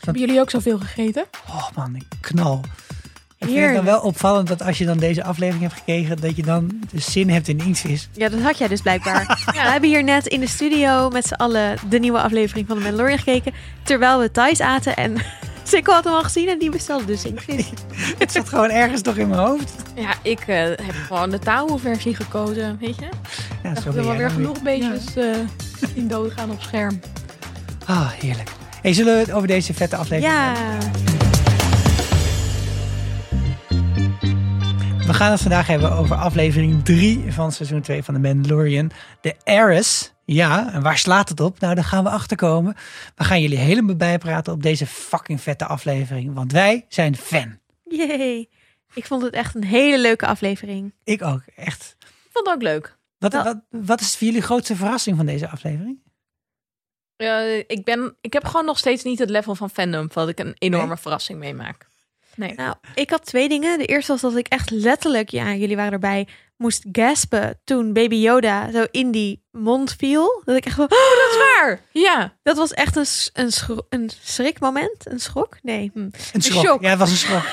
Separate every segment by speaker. Speaker 1: Hebben jullie ook zoveel gegeten?
Speaker 2: Oh man, ik knal. Ik vind het
Speaker 1: Heerlijk.
Speaker 2: dan wel opvallend dat als je dan deze aflevering hebt gekeken, dat je dan de zin hebt in iets is.
Speaker 3: Ja, dat had jij dus blijkbaar. We hebben hier net in de studio met z'n allen de nieuwe aflevering van The Mandalorian gekeken. Terwijl we thuis aten en Sikko had hem al gezien en die bestelde dus ik vis.
Speaker 2: Het zat gewoon ergens toch in mijn hoofd.
Speaker 1: Ja, ik eh, heb gewoon de Tao-versie gekozen, weet je?
Speaker 2: Ja,
Speaker 1: Dacht
Speaker 2: zo
Speaker 1: er
Speaker 2: ben
Speaker 1: wel
Speaker 2: jij
Speaker 1: weer
Speaker 2: dan
Speaker 1: genoeg beestjes eh, die doodgaan op scherm.
Speaker 2: Ah, heerlijk. Hey, zullen we het over deze vette aflevering
Speaker 3: Ja,
Speaker 2: hebben? We gaan het vandaag hebben over aflevering 3 van seizoen 2 van The Mandalorian. De Heiress. Ja, en waar slaat het op? Nou, daar gaan we achter komen. We gaan jullie helemaal bijpraten op deze fucking vette aflevering. Want wij zijn fan.
Speaker 3: jee. Ik vond het echt een hele leuke aflevering.
Speaker 2: Ik ook, echt.
Speaker 1: Ik vond het ook leuk.
Speaker 2: Wat,
Speaker 3: Wel-
Speaker 2: wat, wat is voor jullie grootste verrassing van deze aflevering?
Speaker 1: Eh, ik, ben, ik heb gewoon nog steeds niet het level van fandom dat ik een enorme
Speaker 2: Nee?
Speaker 1: verrassing meemaak. Nee.
Speaker 3: Nou, ik had twee dingen. De eerste was dat ik echt letterlijk, ja, jullie waren erbij, moest gaspen toen Baby Yoda zo in die mond viel. Dat ik echt wel,
Speaker 1: Oh, Dat is waar! Ja.
Speaker 3: dat was echt een, s- een, schro- een schrikmoment. Een schok? Nee. Hm.
Speaker 2: Een schok.
Speaker 3: shock.
Speaker 2: Ja, het was een schok.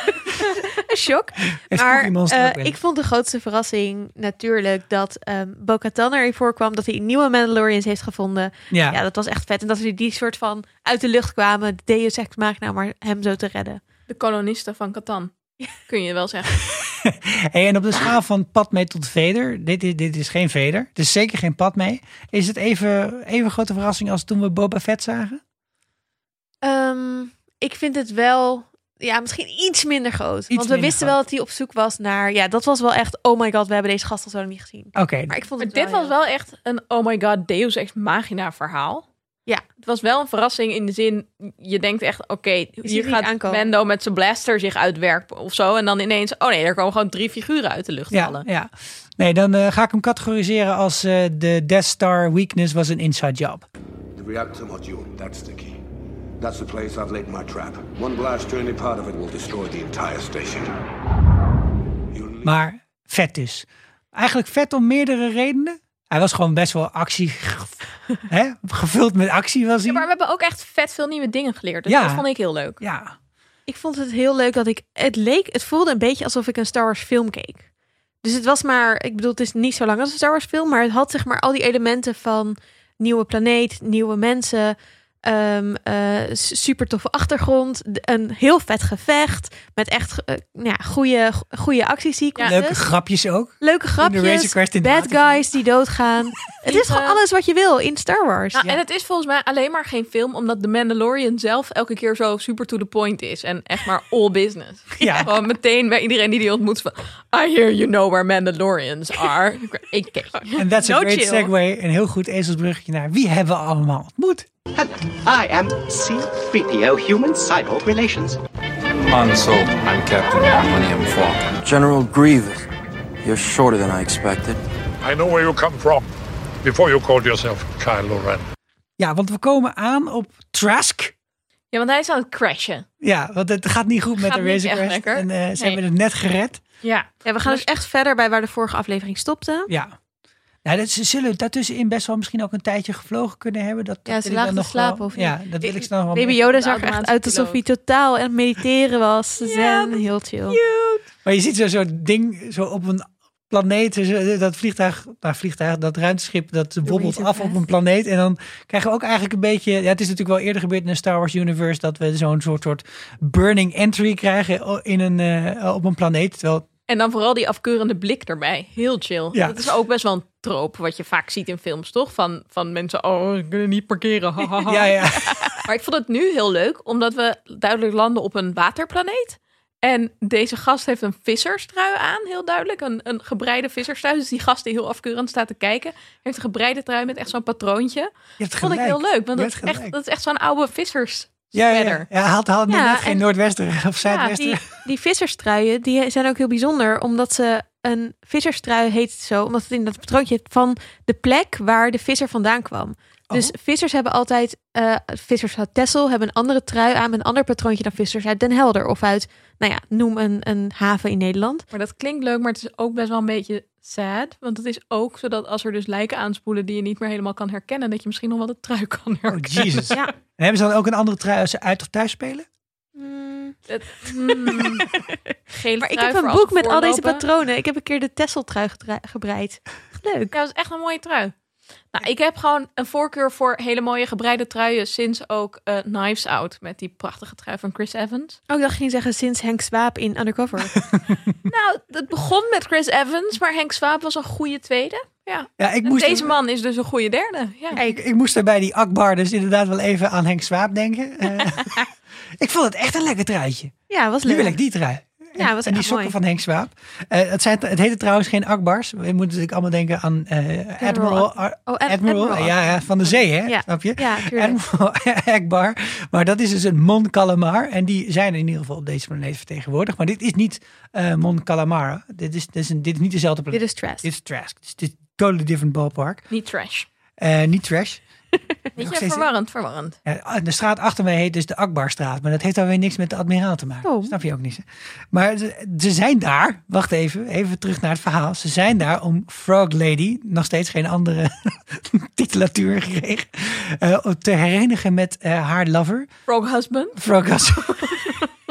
Speaker 3: Een shock.
Speaker 2: Heeft
Speaker 3: Maar
Speaker 2: Pokémon
Speaker 3: eh,
Speaker 2: ook wel.
Speaker 3: ik vond de grootste verrassing natuurlijk dat ehm Bo-Katan erin voorkwam. Dat hij nieuwe Mandalorians heeft gevonden.
Speaker 2: ja.
Speaker 3: Ja, dat was echt vet. En dat ze die soort van uit de lucht kwamen. de Deus Ex Machina, maar hem zo te redden.
Speaker 1: De kolonisten van Catan. Kun je wel zeggen.
Speaker 2: Hey, en op de schaal van Padme tot Vader, dit is, dit is geen Vader, het is zeker geen Padme. Is het even, even grote verrassing als toen we Boba Fett zagen?
Speaker 3: Ehm, ik vind het wel... Ja, misschien iets minder groot. want we
Speaker 2: minder
Speaker 3: wisten
Speaker 2: groot.
Speaker 3: wel dat hij op zoek was naar... Ja, dat was wel echt... Oh my god, we hebben deze gast al zo lang niet gezien.
Speaker 2: Oké,
Speaker 3: Maar ik vond
Speaker 1: Maar
Speaker 3: het
Speaker 1: dit
Speaker 3: wel
Speaker 1: was
Speaker 3: heel-
Speaker 1: wel echt een oh my god, Deus Ex Magina verhaal.
Speaker 3: Ja.
Speaker 1: Het was wel een verrassing in de zin, je denkt echt, oké, hier
Speaker 3: niet
Speaker 1: gaat
Speaker 3: aankomen.
Speaker 1: Mendo met zijn blaster zich uitwerpen of zo. En dan ineens, oh nee, er komen gewoon drie figuren uit de lucht
Speaker 2: ja,
Speaker 1: vallen.
Speaker 2: ja. Nee, dan eh, ga ik hem categoriseren als eh, de Death Star weakness was een inside job.
Speaker 4: The reactor module, that's the key. That's the place I've laid my trap. One blast to any part of it will destroy the entire station. You'll need
Speaker 2: Maar vet dus. Eigenlijk vet om meerdere redenen. Hij was gewoon best wel actie, hè? gevuld met actie was
Speaker 1: Ja, maar
Speaker 2: hij.
Speaker 1: we hebben ook echt vet veel nieuwe dingen geleerd. Dus
Speaker 2: Ja.
Speaker 1: dat vond ik heel leuk.
Speaker 2: Ja,
Speaker 3: Ik vond het heel leuk dat ik. Het leek, het voelde een beetje alsof ik een Star Wars film keek. Dus het was maar, ik bedoel, het is niet zo lang als een Star Wars film, maar het had zeg maar al die elementen van nieuwe planeet, nieuwe mensen, ehm, eh, s- super toffe achtergrond, d- een heel vet gevecht met echt eh, nou ja, goede, goede actiesequences.
Speaker 2: leuke
Speaker 1: dus-
Speaker 2: grapjes ook.
Speaker 3: Leuke
Speaker 2: Razor
Speaker 3: grapjes,
Speaker 2: Crest in de
Speaker 3: bad
Speaker 2: auto.
Speaker 3: guys die doodgaan. het is gewoon
Speaker 1: Vliegen.
Speaker 3: alles wat je wil in Star Wars.
Speaker 1: Nou, En het is volgens mij alleen maar geen film, omdat The Mandalorian zelf elke keer zo super to the point is. En echt maar all business.
Speaker 2: Ja.
Speaker 1: Gewoon meteen bij iedereen die die ontmoet van, I hear you know where Mandalorians are. ik keek.
Speaker 2: En that's a
Speaker 3: No
Speaker 2: great
Speaker 3: chill.
Speaker 2: segue. Een heel goed ezelsbruggetje naar wie hebben we allemaal ontmoet?
Speaker 5: I am C-3PO Human Cyborg Relations.
Speaker 6: Han Solo. I'm Captain Millennium Falcon.
Speaker 7: General Grievous, you're shorter than I expected.
Speaker 8: I know where you come from before you called yourself Kylo Ren.
Speaker 2: Ja, want we komen aan op Trask.
Speaker 1: Ja, want hij is aan het crashen.
Speaker 2: Ja, want het gaat niet goed met
Speaker 1: Gaat
Speaker 2: de
Speaker 1: niet
Speaker 2: Razor
Speaker 1: echt
Speaker 2: Crest.
Speaker 1: lekker.
Speaker 2: En eh, ze
Speaker 1: Nee.
Speaker 2: hebben het net gered.
Speaker 1: Ja.
Speaker 3: Ja, we gaan dus echt verder bij waar de vorige aflevering stopte.
Speaker 2: Ja. Nou, dat, ze zullen daartussenin best wel misschien ook een tijdje gevlogen kunnen hebben. Dat,
Speaker 3: Ja,
Speaker 2: dat
Speaker 3: ze
Speaker 2: wil ik
Speaker 3: lagen
Speaker 2: dan
Speaker 3: te
Speaker 2: nog wel-
Speaker 3: slapen, of niet?
Speaker 2: Ja, dat wil ik snel wel.
Speaker 3: Baby
Speaker 2: mee-
Speaker 3: Yoda
Speaker 1: de
Speaker 3: zag er echt
Speaker 1: automatische
Speaker 3: uit alsof hij
Speaker 1: piloot.
Speaker 3: totaal aan het mediteren was. Zen,
Speaker 1: dat is
Speaker 3: heel chill.
Speaker 2: Maar je ziet zo- zo'n ding zo op een planeet. zo- Dat vliegtuig, nou vliegtuig, dat ruimteschip, dat bobbelt
Speaker 3: Razor
Speaker 2: af
Speaker 3: Crest.
Speaker 2: op een planeet. En dan krijgen we ook eigenlijk een beetje... Ja, het is natuurlijk wel eerder gebeurd in de Star Wars universe... dat we zo'n soort, soort burning entry krijgen in een, eh, op een planeet. Terwijl
Speaker 1: En dan vooral die afkeurende blik erbij. Heel chill.
Speaker 2: Ja.
Speaker 1: Dat is ook best wel een troop wat je vaak ziet in films, toch? Van, van mensen, oh, we kunnen niet parkeren. ha, ha, ha.
Speaker 2: Ja, ja.
Speaker 1: Maar ik vond het nu heel leuk, omdat we duidelijk landen op een waterplaneet. En deze gast heeft een visserstrui aan, heel duidelijk. Een, een gebreide visserstrui. Dus die gast die heel afkeurend staat te kijken, heeft een gebreide trui met echt zo'n patroontje.
Speaker 2: Je hebt
Speaker 1: Dat vond ik heel
Speaker 2: gelijk.
Speaker 1: leuk, want
Speaker 2: Je
Speaker 1: dat is,
Speaker 2: hebt
Speaker 1: echt,
Speaker 2: gelijk.
Speaker 1: dat is echt zo'n oude vissers.
Speaker 2: Ja, ja, ja.
Speaker 1: verder.
Speaker 2: ja haalt, haalt nu
Speaker 3: Ja,
Speaker 2: net geen
Speaker 3: en-
Speaker 2: Noordwester of
Speaker 3: Ja,
Speaker 2: Zuidwester.
Speaker 3: die, die visserstruien die zijn ook heel bijzonder, omdat ze een visserstrui heet het zo, omdat het in dat patroontje heeft van de plek waar de visser vandaan kwam. Dus
Speaker 2: Oh,
Speaker 3: vissers hebben altijd, eh, vissers uit Texel hebben een andere trui aan met een ander patroontje dan vissers uit Den Helder of uit, nou ja, noem een, een haven in Nederland.
Speaker 1: Maar dat klinkt leuk, maar het is ook best wel een beetje sad. Want het is ook zodat als er dus lijken aanspoelen die je niet meer helemaal kan herkennen, dat je misschien nog wel de trui kan
Speaker 2: Oh,
Speaker 1: herkennen.
Speaker 2: Jesus.
Speaker 3: Ja.
Speaker 2: En hebben ze dan ook een andere trui als ze uit of thuis spelen?
Speaker 3: Mm.
Speaker 1: Het- mm, gele
Speaker 3: Maar ik
Speaker 1: trui
Speaker 3: heb een
Speaker 1: voor als
Speaker 3: boek
Speaker 1: we
Speaker 3: met al deze
Speaker 1: voorlopen.
Speaker 3: patronen. Ik heb een keer de Tesseltrui gedra- gebreid. Leuk.
Speaker 1: Ja, dat is echt een mooie trui. Nou, ik heb gewoon een voorkeur voor hele mooie gebreide truien sinds ook eh, Knives Out met die prachtige trui van Chris Evans.
Speaker 3: Oh, ik dacht, je ging zeggen sinds Henk Swaap in Undercover.
Speaker 1: Nou, het begon met Chris Evans, maar Henk Swaap was een goede tweede. Ja.
Speaker 2: Ja, ik
Speaker 1: En
Speaker 2: moest,
Speaker 1: deze man is dus een goede derde. Ja.
Speaker 2: ik, ik moest er bij die Akbar dus inderdaad wel even aan Henk Swaap denken. Eh, ik vond het echt een lekker truitje.
Speaker 3: ja, was
Speaker 2: Nu
Speaker 3: leuk.
Speaker 2: wil ik die trui. En-
Speaker 3: Ja, was
Speaker 2: en die
Speaker 3: echt
Speaker 2: sokken
Speaker 3: mooi.
Speaker 2: van Henk Swaap. Eh, het, zijn, het heette trouwens geen Akbars. We moeten natuurlijk allemaal denken aan eh, Admiral, Ar-
Speaker 3: Oh, Ad-
Speaker 2: Admiral,
Speaker 3: Admiral.
Speaker 2: Ja, ja, van de zee, hè?
Speaker 3: Ja.
Speaker 2: Snap je?
Speaker 3: Ja, tuurlijk.
Speaker 2: Admiral Akbar. Maar dat is dus een Mon Calamar. En die zijn in ieder geval op deze planeet vertegenwoordigd. Maar dit is niet eh, Mon Calamar. Dit is, dit, is een, dit is niet dezelfde planeet.
Speaker 3: Dit is trash.
Speaker 2: Dit is Trask. Dus Dit is, dit is een totally different ballpark.
Speaker 1: Niet trash.
Speaker 2: Eh, niet trash.
Speaker 1: Weet
Speaker 2: Nog
Speaker 1: je,
Speaker 2: steeds-
Speaker 1: verwarrend, verwarrend.
Speaker 2: Ja, de straat achter mij heet dus de Akbarstraat. Maar dat heeft alweer niks met de admiraal te maken.
Speaker 3: Oh.
Speaker 2: Snap je ook niet. hè? Maar ze, ze zijn daar. Wacht even. Even terug naar het verhaal. Ze zijn daar om Frog Lady. Nog steeds geen andere titulatuur gekregen. eh, te herenigen met eh, haar lover.
Speaker 1: Frog Husband.
Speaker 2: Frog was.
Speaker 3: Oh,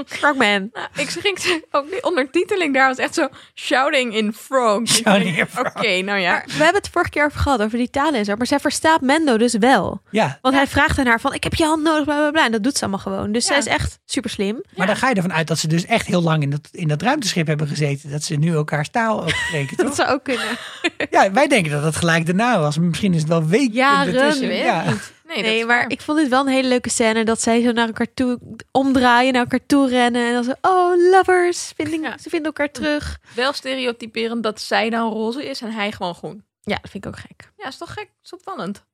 Speaker 3: Frogman.
Speaker 1: Nou, ik schrik ook die ondertiteling daar was echt zo shouting in frog.
Speaker 2: Shouting in
Speaker 3: Oh.
Speaker 2: frog.
Speaker 1: Oké, nou ja.
Speaker 3: Maar we hebben het vorige keer over gehad, over die talen en zo. Maar zij verstaat Mendo dus wel.
Speaker 2: ja.
Speaker 3: Want hij vraagt aan haar van, ik heb je hand nodig, bla bla bla. En dat doet ze allemaal gewoon. Dus zij is echt super slim.
Speaker 2: Maar dan ga je ervan uit dat ze dus echt heel lang in dat, in dat ruimteschip hebben gezeten. Dat ze nu elkaars taal ook spreken.
Speaker 3: Dat
Speaker 2: toch?
Speaker 3: zou ook kunnen.
Speaker 2: Ja, wij denken dat dat gelijk daarna was. Maar misschien is het wel weken
Speaker 3: Jaren,
Speaker 2: ertussen.
Speaker 1: weet
Speaker 2: Ja.
Speaker 1: ik niet. Nee, dat
Speaker 3: Nee,
Speaker 1: is
Speaker 3: maar
Speaker 1: waar.
Speaker 3: ik vond dit wel een hele leuke scène. Dat zij zo naar elkaar toe omdraaien, naar elkaar toe rennen. En dan zo, oh, lovers. Vinding,
Speaker 1: Ja.
Speaker 3: Ze vinden elkaar terug.
Speaker 1: wel stereotyperend dat zij dan roze is en hij gewoon groen.
Speaker 3: Ja, dat vind ik ook gek.
Speaker 1: Ja, is toch gek? Is opvallend.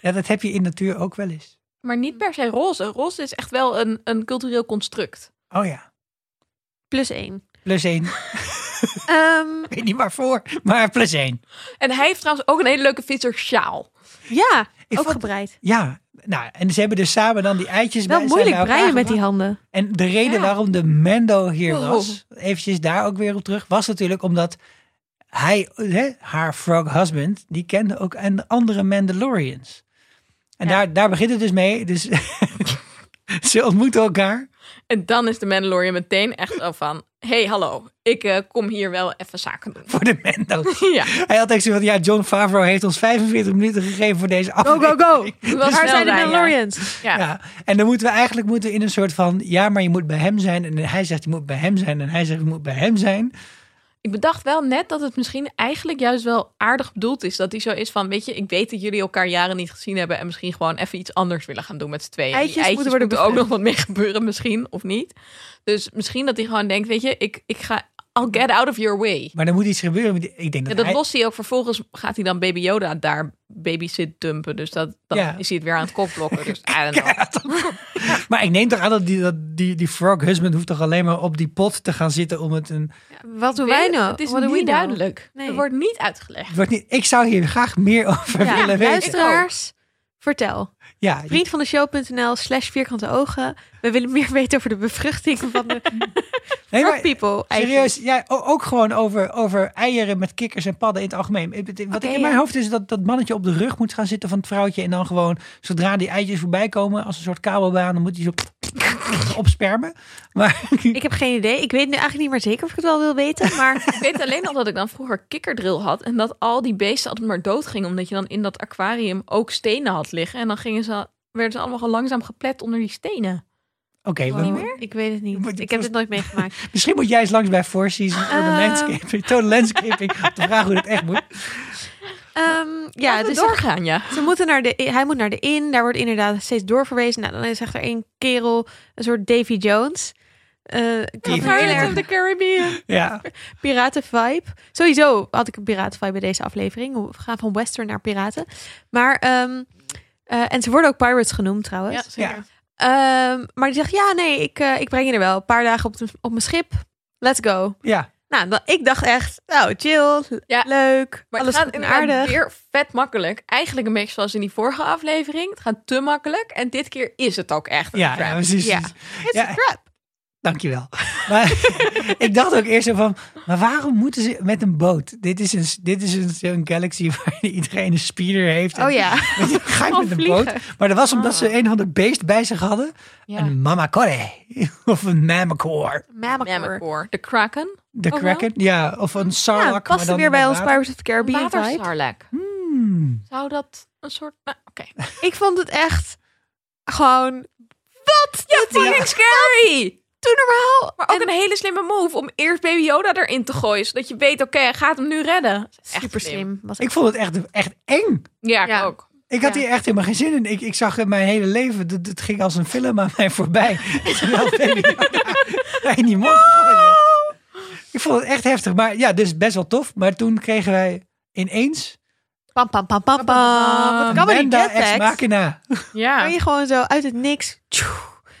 Speaker 2: ja, dat heb je in natuur ook wel eens.
Speaker 1: Maar niet per se roze. Roze is echt wel een, een cultureel construct.
Speaker 2: Oh ja.
Speaker 3: Plus één.
Speaker 2: Plus één.
Speaker 3: Ehm,
Speaker 2: Ik weet niet waarvoor, maar plus één.
Speaker 1: En hij heeft trouwens ook een hele leuke vissersjaal.
Speaker 3: ja,
Speaker 2: Ik
Speaker 3: ook
Speaker 2: vond-
Speaker 3: gebreid.
Speaker 2: Ja, nou, en ze hebben dus samen dan die eitjes
Speaker 3: Wel
Speaker 2: bij,
Speaker 3: moeilijk
Speaker 2: zijn nou bij
Speaker 3: breien
Speaker 2: elkaar
Speaker 3: met die Oh.
Speaker 2: gebracht.
Speaker 3: handen.
Speaker 2: En de reden
Speaker 1: Ja.
Speaker 2: waarom de Mendo hier
Speaker 1: Wow.
Speaker 2: was, eventjes daar ook weer op terug, was natuurlijk omdat hij, hè, haar frog husband, die kende ook een andere Mandalorians. En daar, daar begint het dus mee. Dus ze ontmoeten elkaar.
Speaker 1: En dan is de Mandalorian meteen echt zo van... hey, hallo. Ik eh, kom hier wel even zaken doen.
Speaker 2: voor de Mendo's.
Speaker 1: Ja.
Speaker 2: Hij had echt zo van, ja, John Favreau heeft ons 45 minuten gegeven voor deze
Speaker 3: Go,
Speaker 2: aflevering.
Speaker 3: go, go.
Speaker 1: Waar
Speaker 3: Waar zijn de
Speaker 1: ja.
Speaker 3: Mandalorians?
Speaker 1: Ja.
Speaker 2: Ja, en dan moeten we eigenlijk moeten we in een soort van, ja, maar je moet bij hem zijn. En hij zegt, je moet bij hem zijn. En hij zegt, je moet bij hem zijn.
Speaker 1: Ik bedacht wel net dat het misschien eigenlijk juist wel aardig bedoeld is. Dat hij zo is van, weet je, ik weet dat jullie elkaar jaren niet gezien hebben. En misschien gewoon even iets anders willen gaan doen met z'n tweeën. Die
Speaker 3: Eitjes moeten worden
Speaker 1: ook nog
Speaker 3: bevrucht.
Speaker 1: wat mee gebeuren misschien, of niet. Dus misschien dat hij gewoon denkt, weet je, ik, ik ga... I'll get out of your way.
Speaker 2: Maar er moet iets gebeuren. met die- Ik denk
Speaker 1: Ja,
Speaker 2: dat,
Speaker 1: dat
Speaker 2: hij-
Speaker 1: lost hij ook. Vervolgens gaat hij dan Baby Yoda daar babysit dumpen. Dus dat, dan
Speaker 2: Ja.
Speaker 1: is hij het weer aan het kopblokken. Dus I don't know.
Speaker 2: Maar ik neem toch aan dat die, dat die, die frog husband hoeft toch alleen maar op die pot te gaan zitten om het een...
Speaker 3: Wat doen wij nou?
Speaker 1: Het is
Speaker 3: What do we
Speaker 1: niet
Speaker 3: know?
Speaker 1: duidelijk.
Speaker 3: Nee.
Speaker 1: Het wordt niet uitgelegd.
Speaker 2: het wordt niet, ik zou hier graag meer over
Speaker 3: Ja,
Speaker 2: willen weten.
Speaker 3: luisteraars, vertel.
Speaker 2: Ja, je-
Speaker 3: Vriend van de show.nl slash vierkante ogen. We willen meer weten over de bevruchting van de
Speaker 2: nee, maar
Speaker 3: frog people.
Speaker 2: Serieus, ja, o- ook gewoon over, over eieren met kikkers en padden in het algemeen. Ik- Wat
Speaker 3: Oké,
Speaker 2: ik in
Speaker 3: ja.
Speaker 2: mijn hoofd is dat dat mannetje op de rug moet gaan zitten van het vrouwtje. En dan gewoon, zodra die eitjes voorbij komen, als een soort kabelbaan, dan moet hij zo op spermen. Maar
Speaker 3: Ik heb geen idee. Ik weet nu eigenlijk niet meer zeker of ik het wel wil weten. Maar
Speaker 1: Ik weet alleen nog dat ik dan vroeger kikkerdril had. En dat al die beesten altijd maar dood gingen. Omdat je dan in dat aquarium ook stenen had liggen. En dan gingen ze, werden ze allemaal gewoon langzaam geplet onder die stenen.
Speaker 2: oké, we-
Speaker 1: Niet meer?
Speaker 3: ik weet het
Speaker 2: Maar dit
Speaker 3: niet. Ik heb
Speaker 2: was-
Speaker 3: dit nooit meegemaakt.
Speaker 2: misschien moet jij eens langs bij Four Seasons voor de
Speaker 3: Ehm.
Speaker 2: landscaping, total landscaping, om te vragen hoe dat echt moet.
Speaker 3: Ehm,
Speaker 1: Ja,
Speaker 3: ja, dus ze,
Speaker 1: doorgaan, ja.
Speaker 3: ze moeten naar de, hij moet naar de in. Daar wordt inderdaad steeds doorverwezen. Nou, dan is echt er één kerel, een soort Davy Jones. Eh, ik had een
Speaker 2: Davy
Speaker 3: heel
Speaker 1: Pirates
Speaker 3: erg
Speaker 1: of the Caribbean.
Speaker 2: Ja,
Speaker 3: piraten vibe. Sowieso had ik een piraten vibe bij deze aflevering. We gaan van western naar piraten. Maar, ehm, eh, en ze worden ook pirates genoemd trouwens.
Speaker 1: Ja, zeker.
Speaker 2: Ja.
Speaker 3: Ehm, maar die zegt, ja, nee, ik, eh, ik breng je er wel. Een paar dagen op, de- op mijn schip. Let's go.
Speaker 2: ja.
Speaker 3: Nou, dan, ik dacht echt, nou, chill,
Speaker 1: Ja.
Speaker 3: leuk,
Speaker 1: Maar
Speaker 3: alles
Speaker 1: het
Speaker 3: goed
Speaker 1: gaat
Speaker 3: en
Speaker 1: inderdaad
Speaker 3: aardig.
Speaker 1: weer vet makkelijk. Eigenlijk een beetje zoals in die vorige aflevering. Het gaat te makkelijk. En dit keer is het ook echt een
Speaker 2: Ja,
Speaker 1: trap.
Speaker 2: ja, precies.
Speaker 3: Ja.
Speaker 2: precies.
Speaker 3: It's
Speaker 2: Ja.
Speaker 3: a trap.
Speaker 2: Dankjewel. Maar ik dacht ook eerst zo van, maar waarom moeten ze met een boot? Dit is een, dit is een, zo'n galaxy waar iedereen een speeder heeft. en
Speaker 3: Oh ja.
Speaker 2: Weet je, Ga je
Speaker 3: Gewoon
Speaker 2: met een
Speaker 3: vliegen. Ah.
Speaker 2: boot? Maar dat was omdat ze een of ander beest bij zich hadden.
Speaker 1: Ja.
Speaker 2: Een mamacore. Of een mamacore.
Speaker 3: Mamakor.
Speaker 1: Mammocore. De Kraken.
Speaker 2: De
Speaker 1: Oh, wel.
Speaker 2: kraken. Ja, of een sarlacc.
Speaker 3: Ja,
Speaker 2: maar
Speaker 3: past
Speaker 2: dan
Speaker 3: weer bij
Speaker 2: met
Speaker 3: ons
Speaker 2: water.
Speaker 3: Pirates of the Caribbean vibe. Hm?
Speaker 1: Waterstarlek.
Speaker 2: Hmm.
Speaker 1: Zou dat een soort... Nou, oké.
Speaker 3: Ik vond het echt gewoon... Wat? Ja,
Speaker 1: Fucking scary!
Speaker 3: Hm? Doe normaal.
Speaker 1: Maar ook een hele slimme move om eerst Baby Yoda erin te gooien. Zodat je weet, oké, hij gaat hem nu redden. Echt
Speaker 3: Super slim. Was
Speaker 2: Ik vond het echt, echt eng.
Speaker 1: Ja, ik
Speaker 3: Ja.
Speaker 1: ook.
Speaker 2: Ik had
Speaker 3: Ja.
Speaker 2: hier echt helemaal geen zin in. Ik, ik zag in mijn hele leven, dat het ging als een film aan mij voorbij. Terwijl Baby Yoda mij in die mond gooide.
Speaker 1: Oh.
Speaker 2: Ik vond het echt heftig. Maar ja, dus best wel tof. Maar toen kregen wij ineens
Speaker 3: Pam, pam, pam, pam, pam.
Speaker 1: Oh,
Speaker 3: Wat kan me die
Speaker 2: Menda Ex
Speaker 3: jetpacks?
Speaker 2: Machina.
Speaker 1: Ja.
Speaker 3: Kan je gewoon zo uit het niks... tjoe.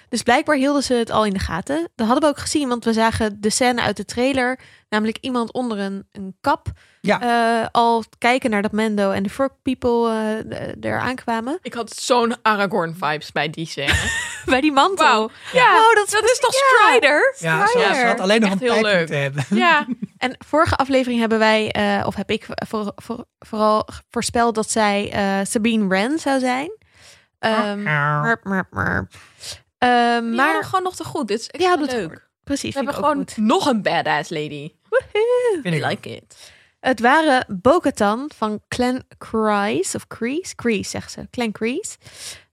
Speaker 3: Dus blijkbaar hielden ze het al in de gaten. Dat hadden we ook gezien, want we zagen de scène uit de trailer. Namelijk iemand onder een, een kap.
Speaker 2: Ja.
Speaker 3: eh, al kijken naar dat Mendo en de Frog People eh, d- er aankwamen.
Speaker 1: Ik had zo'n Aragorn-vibes bij die scène.
Speaker 3: Bij die mantel.
Speaker 1: Wauw.
Speaker 3: Ja. Wow, dat is,
Speaker 1: toch
Speaker 3: ja.
Speaker 1: Strider?
Speaker 2: Ja, ze, ze had alleen nog
Speaker 1: Echt
Speaker 2: een
Speaker 1: heel
Speaker 2: pijp
Speaker 1: leuk.
Speaker 2: moeten hebben.
Speaker 1: Ja.
Speaker 3: En vorige aflevering hebben wij, eh, of heb ik voor, voor- vooral voorspeld dat zij eh, Sabine Wren zou zijn. Ehm,
Speaker 2: Ah.
Speaker 1: Mm.
Speaker 3: merp, merp, merp. Ehm,
Speaker 1: Die
Speaker 3: maar
Speaker 1: maar gewoon nog te goed. Dit is echt
Speaker 3: Ja, dat
Speaker 1: leuk.
Speaker 3: goed. precies,
Speaker 1: We hebben
Speaker 3: vind ik ook
Speaker 1: gewoon
Speaker 3: goed.
Speaker 1: nog een badass lady.
Speaker 2: Vind ik
Speaker 1: I like it.
Speaker 3: Het waren Bo-Katan van Clan Kreese, of Kreese, Kreese zegt ze, Clan Kreese.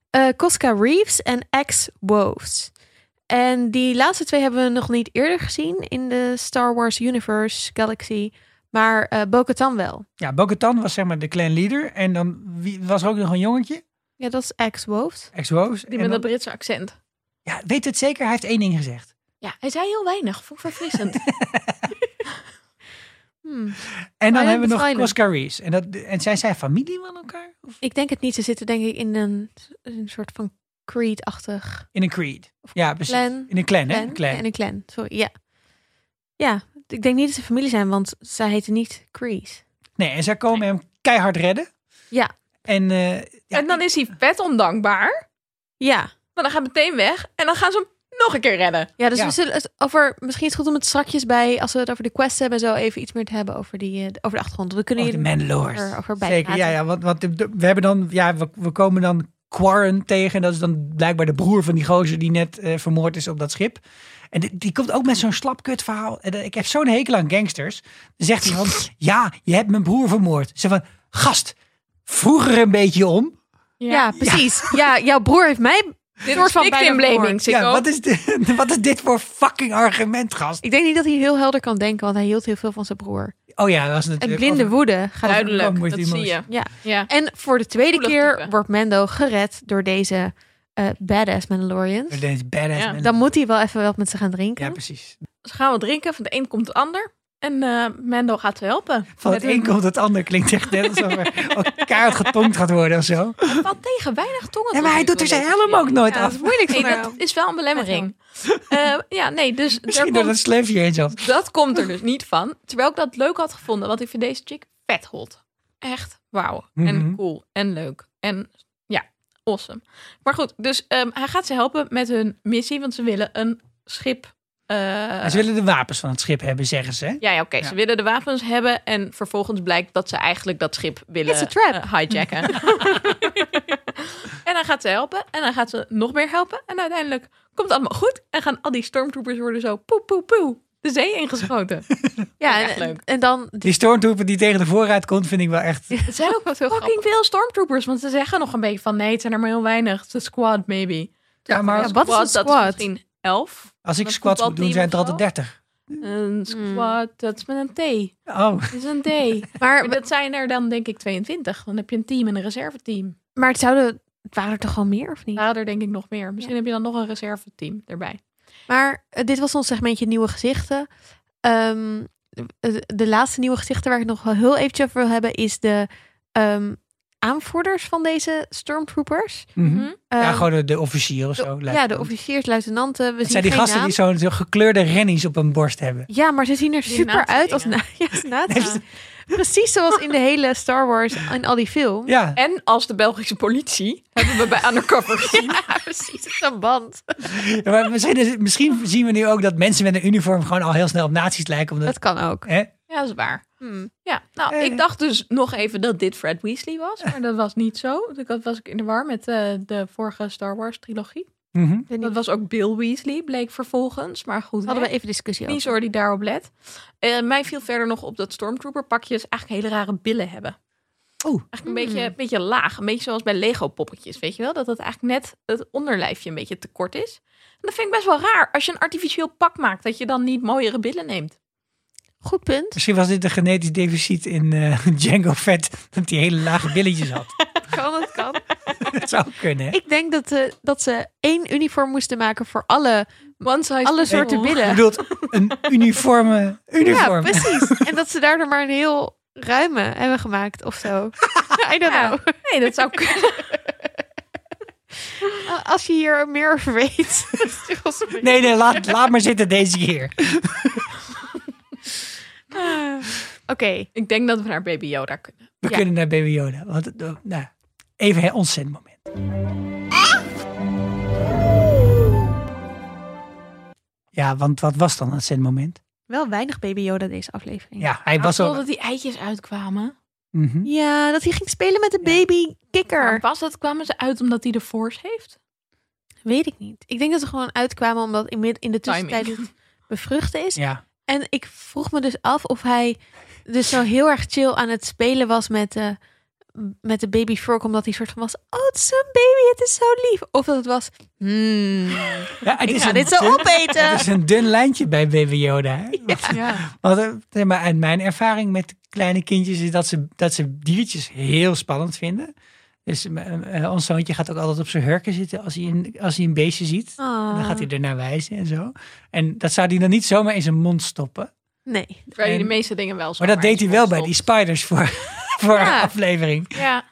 Speaker 3: Eh Cosca Reeves en X Woves. En die laatste twee hebben we nog niet eerder gezien in de Star Wars Universe Galaxy, maar eh Bo-Katan wel.
Speaker 2: Ja, Bo-Katan was zeg maar de clan leader. En dan wie, was er ook nog een jongetje,
Speaker 3: Ja, dat is X Woves.
Speaker 2: ex-woos.
Speaker 1: Die
Speaker 2: En
Speaker 1: met dat
Speaker 2: dan-
Speaker 1: Britse accent.
Speaker 2: Ja, weet het zeker, hij heeft één ding gezegd.
Speaker 1: Ja, hij zei heel weinig. Vond ik verfrissend. Oh,
Speaker 3: Hmm.
Speaker 2: En dan
Speaker 3: Silent
Speaker 2: hebben we nog
Speaker 3: Asylum.
Speaker 2: Cosca Reeves. En, dat, en zijn zij familie van elkaar? Of
Speaker 3: Ik denk het niet. Ze zitten denk ik in een, een soort van Creed-achtig
Speaker 2: in een creed? Ja, precies.
Speaker 3: clan.
Speaker 2: In een clan, hè?
Speaker 3: clan.
Speaker 2: Een clan.
Speaker 3: Ja, In een clan, sorry. Ja. ja, ik denk niet dat ze familie zijn, want zij heten niet Creed.
Speaker 2: Nee, en zij komen hem keihard redden.
Speaker 3: Ja.
Speaker 2: En, eh, ja,
Speaker 1: en dan is hij vet ondankbaar.
Speaker 3: Ja,
Speaker 1: Want dan gaat hij meteen weg. En dan gaan ze hem nog een keer redden.
Speaker 3: ja dus
Speaker 2: Ja.
Speaker 3: We zullen het over, misschien is het goed om het strakjes bij, als we het over de quest hebben, zo even iets meer te hebben over, die, eh, over de achtergrond. We kunnen
Speaker 2: oh,
Speaker 3: hier
Speaker 2: de Mandalores.
Speaker 3: er- over
Speaker 2: Zeker,
Speaker 3: bijpraten.
Speaker 2: ja, ja. Want, want de- de- we hebben dan, ja, we, we komen dan Quarren tegen. En dat is dan blijkbaar de broer van die gozer die net eh, vermoord is op dat schip. En die, die komt ook met zo'n slapkut verhaal. En, eh, ik heb zo'n hekel aan gangsters. Dan zegt hij van, ja, je hebt mijn broer vermoord. Ze van, gast, vroeg er een beetje om.
Speaker 3: ja. precies. Ja. jouw broer heeft mij
Speaker 1: Dit
Speaker 3: soort
Speaker 1: is
Speaker 3: van
Speaker 1: victim
Speaker 3: bijna
Speaker 1: blaming, Sikko.
Speaker 2: Ja, wat is, dit, wat is dit voor fucking argument, gast?
Speaker 3: Ik denk niet dat hij heel helder kan denken, want hij hield heel veel van zijn broer.
Speaker 2: Oh ja, dat was
Speaker 3: En
Speaker 2: natuurlijk...
Speaker 3: blinde woede gaat
Speaker 2: overkomen
Speaker 1: Duidelijk,
Speaker 2: met
Speaker 1: dat
Speaker 2: die
Speaker 1: zie je.
Speaker 2: emotie.
Speaker 3: Ja.
Speaker 1: Ja.
Speaker 3: En voor de tweede
Speaker 1: Gevoelig
Speaker 3: keer
Speaker 1: type.
Speaker 3: wordt Mendo gered door deze eh, badass Mandalorians.
Speaker 2: Deze badass
Speaker 1: Ja.
Speaker 2: man.
Speaker 3: Dan moet hij wel even wat met ze gaan drinken.
Speaker 2: Ja, precies.
Speaker 1: Ze Dus gaan wat drinken. Van de een komt de ander. En eh, Mendo gaat ze helpen.
Speaker 2: Van
Speaker 1: Met
Speaker 2: het een komt het ander. Klinkt echt net alsof er ook keihard getongd gaat worden of zo.
Speaker 1: een- Valt tegen. Weinig tongen.
Speaker 2: Ja, maar hij doet er zijn helm ook nooit af.
Speaker 1: moeilijk
Speaker 3: voor
Speaker 1: nee,
Speaker 3: hem.
Speaker 1: Dat is wel een belemmering. Eh, ja, nee. Dus
Speaker 2: Misschien
Speaker 1: daar
Speaker 2: door
Speaker 1: komt
Speaker 2: dat sleufje heen zat.
Speaker 1: Dat komt er dus niet van. Terwijl ik dat leuk had gevonden, want ik vind deze chick vet hot. Echt wauw.
Speaker 2: Mhm.
Speaker 1: En cool. En leuk. En ja, awesome. Maar goed, dus ehm, hij gaat ze helpen met hun missie, want ze willen een schip. eh,
Speaker 2: Maar Ze willen de wapens van het schip hebben, zeggen ze. hè?
Speaker 1: Ja, ja oké.
Speaker 2: Ja.
Speaker 1: Ze willen de wapens hebben en vervolgens blijkt dat ze eigenlijk dat schip willen
Speaker 3: It's a trap.
Speaker 1: eh, hijacken. en dan gaat ze helpen en dan gaat ze nog meer helpen. En uiteindelijk komt het allemaal goed en gaan al die stormtroopers worden zo poe poe poe de zee ingeschoten.
Speaker 3: Ja,
Speaker 1: echt
Speaker 3: en,
Speaker 1: leuk.
Speaker 3: en dan
Speaker 2: Die stormtrooper die tegen de voorraad komt, vind ik wel echt...
Speaker 1: Het zijn ook
Speaker 3: wat heel
Speaker 1: fucking
Speaker 3: grappig.
Speaker 1: veel stormtroopers. Want ze zeggen nog een beetje van nee, het zijn er maar heel weinig. Het is een squad, maybe.
Speaker 2: Ja, maar
Speaker 3: Ja, wat is een
Speaker 1: Dat
Speaker 3: squad?
Speaker 1: is misschien elf.
Speaker 2: als ik
Speaker 1: dat
Speaker 2: squats moet doen,
Speaker 1: voetbalteam
Speaker 2: zijn het er
Speaker 1: of
Speaker 2: altijd dertig.
Speaker 1: Een squad, dat is met een T.
Speaker 2: Oh,
Speaker 1: Dat Hmm. is een T. maar dat zijn er dan denk ik 22. Dan heb je een team en een reserveteam.
Speaker 3: Maar het zouden, het waren er toch wel meer of niet?
Speaker 1: Daar er denk ik nog meer. Misschien heb je dan nog een reserveteam erbij.
Speaker 3: Maar eh, dit was ons segmentje nieuwe gezichten. Ehm, de, de laatste nieuwe gezichten waar ik nog wel heel eventjes over wil hebben is de ehm, aanvoerders van deze stormtroopers.
Speaker 2: Mhm. Ja,
Speaker 3: Ehm,
Speaker 2: gewoon de, de officier of
Speaker 3: de-
Speaker 2: zo. lijkt
Speaker 3: ja, de
Speaker 2: me.
Speaker 3: officiers, luitenanten. We
Speaker 2: Het zijn
Speaker 3: zien
Speaker 2: die
Speaker 3: geen
Speaker 2: gasten
Speaker 3: naam.
Speaker 2: die zo'n zo'n gekleurde rennies op hun borst hebben.
Speaker 3: Ja, maar ze zien er
Speaker 1: Die
Speaker 3: super
Speaker 1: nazi-dingen.
Speaker 3: uit als, na ja, als nazi's. Precies zoals in de hele Star Wars en al die films.
Speaker 2: Ja,
Speaker 1: En als de Belgische politie hebben we bij Undercover gezien.
Speaker 3: Ja, precies. Het is een band.
Speaker 2: Ja, maar misschien, is het- misschien zien we nu ook dat mensen met een uniform gewoon al heel snel op nazi's lijken. Omdat,
Speaker 3: Dat kan ook.
Speaker 2: hè?
Speaker 1: Ja, dat is waar.
Speaker 3: Hmm.
Speaker 1: Ja, nou,
Speaker 2: Eh.
Speaker 1: ik dacht dus nog even dat dit Fred Weasley was, maar dat was niet zo. Dat was ik in de war met eh, de vorige Star Wars trilogie.
Speaker 2: Mhm.
Speaker 1: Dat was ook Bill Weasley, bleek vervolgens. Maar goed,
Speaker 3: Hadden
Speaker 1: hè.
Speaker 3: we even discussie over.
Speaker 1: Niet zo die daarop let. Eh, mij viel verder nog op dat stormtrooper pakjes eigenlijk hele rare billen hebben.
Speaker 2: Oeh.
Speaker 1: Eigenlijk een, beetje, een beetje laag. Een beetje zoals bij Lego poppetjes, weet je wel? Dat het eigenlijk net het onderlijfje een beetje te kort is. En dat vind ik best wel raar. Als je een artificieel pak maakt, dat je dan niet mooiere billen neemt.
Speaker 3: Goed punt.
Speaker 2: Misschien was dit een genetisch deficit in eh, Django Fett. Dat hij hele lage billetjes had.
Speaker 3: Kan, het kan.
Speaker 2: dat zou kunnen. hè?
Speaker 3: Ik denk dat, eh, dat ze één uniform moesten maken voor alle,
Speaker 1: One size
Speaker 3: alle
Speaker 1: fits
Speaker 3: soorten
Speaker 1: all.
Speaker 2: Je
Speaker 3: billen.
Speaker 2: bedoelt een uniforme
Speaker 3: Ja,
Speaker 2: uniform.
Speaker 3: precies. En dat ze daardoor maar een heel ruime hebben gemaakt of zo. I don't
Speaker 1: Ja.
Speaker 3: know.
Speaker 1: Nee, dat zou kunnen.
Speaker 3: Als je hier meer over weet. stuur ons een bericht.
Speaker 2: nee, nee, laat, laat maar zitten deze keer.
Speaker 3: Oké.
Speaker 1: Ik denk dat we naar Baby Yoda kunnen.
Speaker 2: We
Speaker 3: Ja.
Speaker 2: kunnen naar Baby Yoda. Want, eh, nou, even een ontzetmoment. Ja, want wat was dan het moment?
Speaker 3: Wel weinig Baby Yoda deze aflevering.
Speaker 2: Ja, hij was
Speaker 1: Stel
Speaker 2: al...
Speaker 1: dat die eitjes uitkwamen.
Speaker 2: Mhm.
Speaker 3: Ja, dat hij ging spelen met de baby
Speaker 1: Maar
Speaker 3: kikker.
Speaker 1: pas dat kwamen ze uit omdat hij de force heeft.
Speaker 3: Weet ik niet. Ik denk dat ze gewoon uitkwamen omdat in, mid- in de
Speaker 1: Timing.
Speaker 3: tussentijd het bevrucht is.
Speaker 2: Ja.
Speaker 3: En ik vroeg me dus af of hij dus zo heel erg chill aan het spelen was met, eh, met de baby frog. Omdat hij soort van was, oh het is een baby, het is zo lief. Of dat het was, hmm,
Speaker 2: ja het
Speaker 3: ik
Speaker 2: is
Speaker 3: ga
Speaker 2: een
Speaker 3: dit zo
Speaker 2: dun-
Speaker 3: opeten.
Speaker 2: Het is een dun lijntje bij Baby Yoda. hè?
Speaker 1: Ja.
Speaker 2: Want, eh, zeg maar uit mijn ervaring met kleine kindjes is dat ze, dat ze diertjes heel spannend vinden. Dus eh, eh, ons zoontje gaat ook altijd op zijn hurken zitten als hij een, als hij een beestje ziet. En
Speaker 3: Oh,
Speaker 2: dan gaat hij
Speaker 1: Ah.
Speaker 2: ernaar wijzen en zo. En dat zou hij dan niet zomaar in zijn mond stoppen.
Speaker 3: Nee.
Speaker 1: Terwijl je
Speaker 2: En-
Speaker 1: de meeste dingen wel zo.
Speaker 2: Maar dat deed hij wel bij die spiders voor, voor
Speaker 1: Ja.
Speaker 2: een aflevering.
Speaker 1: Ja.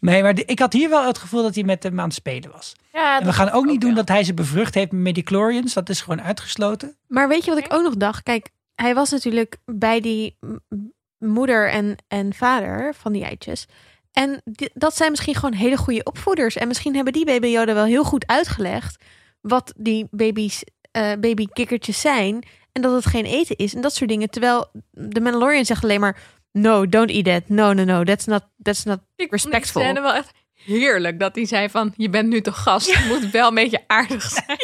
Speaker 2: Nee, maar de- ik had hier wel het gevoel dat hij met hem aan het spelen was.
Speaker 1: ja
Speaker 2: En we gaan ook niet doen
Speaker 1: wel.
Speaker 2: dat hij ze bevrucht heeft met midichlorians. Dat is gewoon uitgesloten.
Speaker 3: Maar weet je wat ik ook nog dacht? Kijk, hij was natuurlijk bij die m- m- moeder en, en vader van die eitjes. En di- dat zijn misschien gewoon hele goede opvoeders. En misschien hebben die baby Yoda wel heel goed uitgelegd wat die baby's, eh babykikkertjes zijn. En dat het geen eten is en dat soort dingen. Terwijl de Mandalorian zegt alleen maar... No, don't eat that. No, no, no. That's not, that's not
Speaker 1: Ik
Speaker 3: respectful.
Speaker 1: vond die scène wel echt heerlijk dat hij zei van je bent nu te gast, je moet wel een beetje aardig zijn.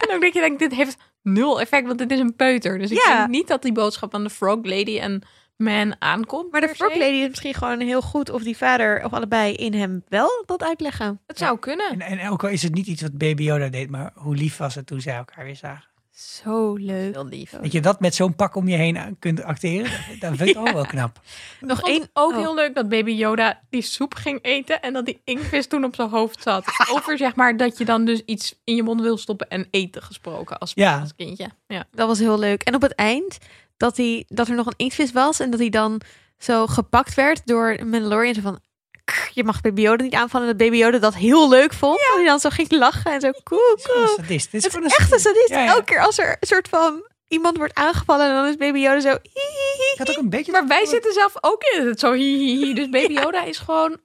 Speaker 1: En ook dat je denkt dit heeft nul effect, want dit is een peuter. Dus ik
Speaker 3: Ja.
Speaker 1: denk niet dat die boodschap aan de Frog Lady en Man aankomt.
Speaker 3: Maar de
Speaker 1: per
Speaker 3: Frog
Speaker 1: se.
Speaker 3: Lady is misschien gewoon heel goed... of die vader of allebei in hem wel dat uitleggen.
Speaker 1: het zou kunnen.
Speaker 2: En, en ook al is het niet iets wat Baby Yoda deed, maar hoe lief was het toen zij elkaar weer zagen.
Speaker 3: Zo leuk.
Speaker 1: Heel lief.
Speaker 2: Dat je dat met zo'n pak om je heen aan- kunt acteren, dat- dat vind ik ook wel knap.
Speaker 1: Nog
Speaker 3: één-
Speaker 1: één ook
Speaker 3: oh.
Speaker 1: heel leuk dat baby Yoda die soep ging eten en dat die inktvis toen op zijn hoofd zat. Over zeg maar dat je dan dus iets in je mond wil stoppen en eten gesproken als,
Speaker 2: Ja.
Speaker 1: als kindje. Ja.
Speaker 3: Dat was heel leuk. En op het eind dat, hij, dat er nog een inktvis was en dat hij dan zo gepakt werd door een Mandalorian. Zo van, "Kr, je mag Baby Yoda niet aanvallen. En dat Baby Yoda dat heel leuk vond. Dat hij dan zo ging lachen en zo, koe,
Speaker 2: Gewoon een
Speaker 3: koe.
Speaker 2: sadist. Dit is
Speaker 3: Het
Speaker 2: gewoon
Speaker 3: is echt een sadist.
Speaker 2: Ja, ja.
Speaker 3: Elke keer als er een soort van iemand wordt aangevallen en dan is Baby Yoda zo, "Ie, ie, ie."
Speaker 2: Ik had ook een beetje...
Speaker 1: Maar wij zitten zelf ook in het zo hi, hi, hi. Dus baby Yoda is gewoon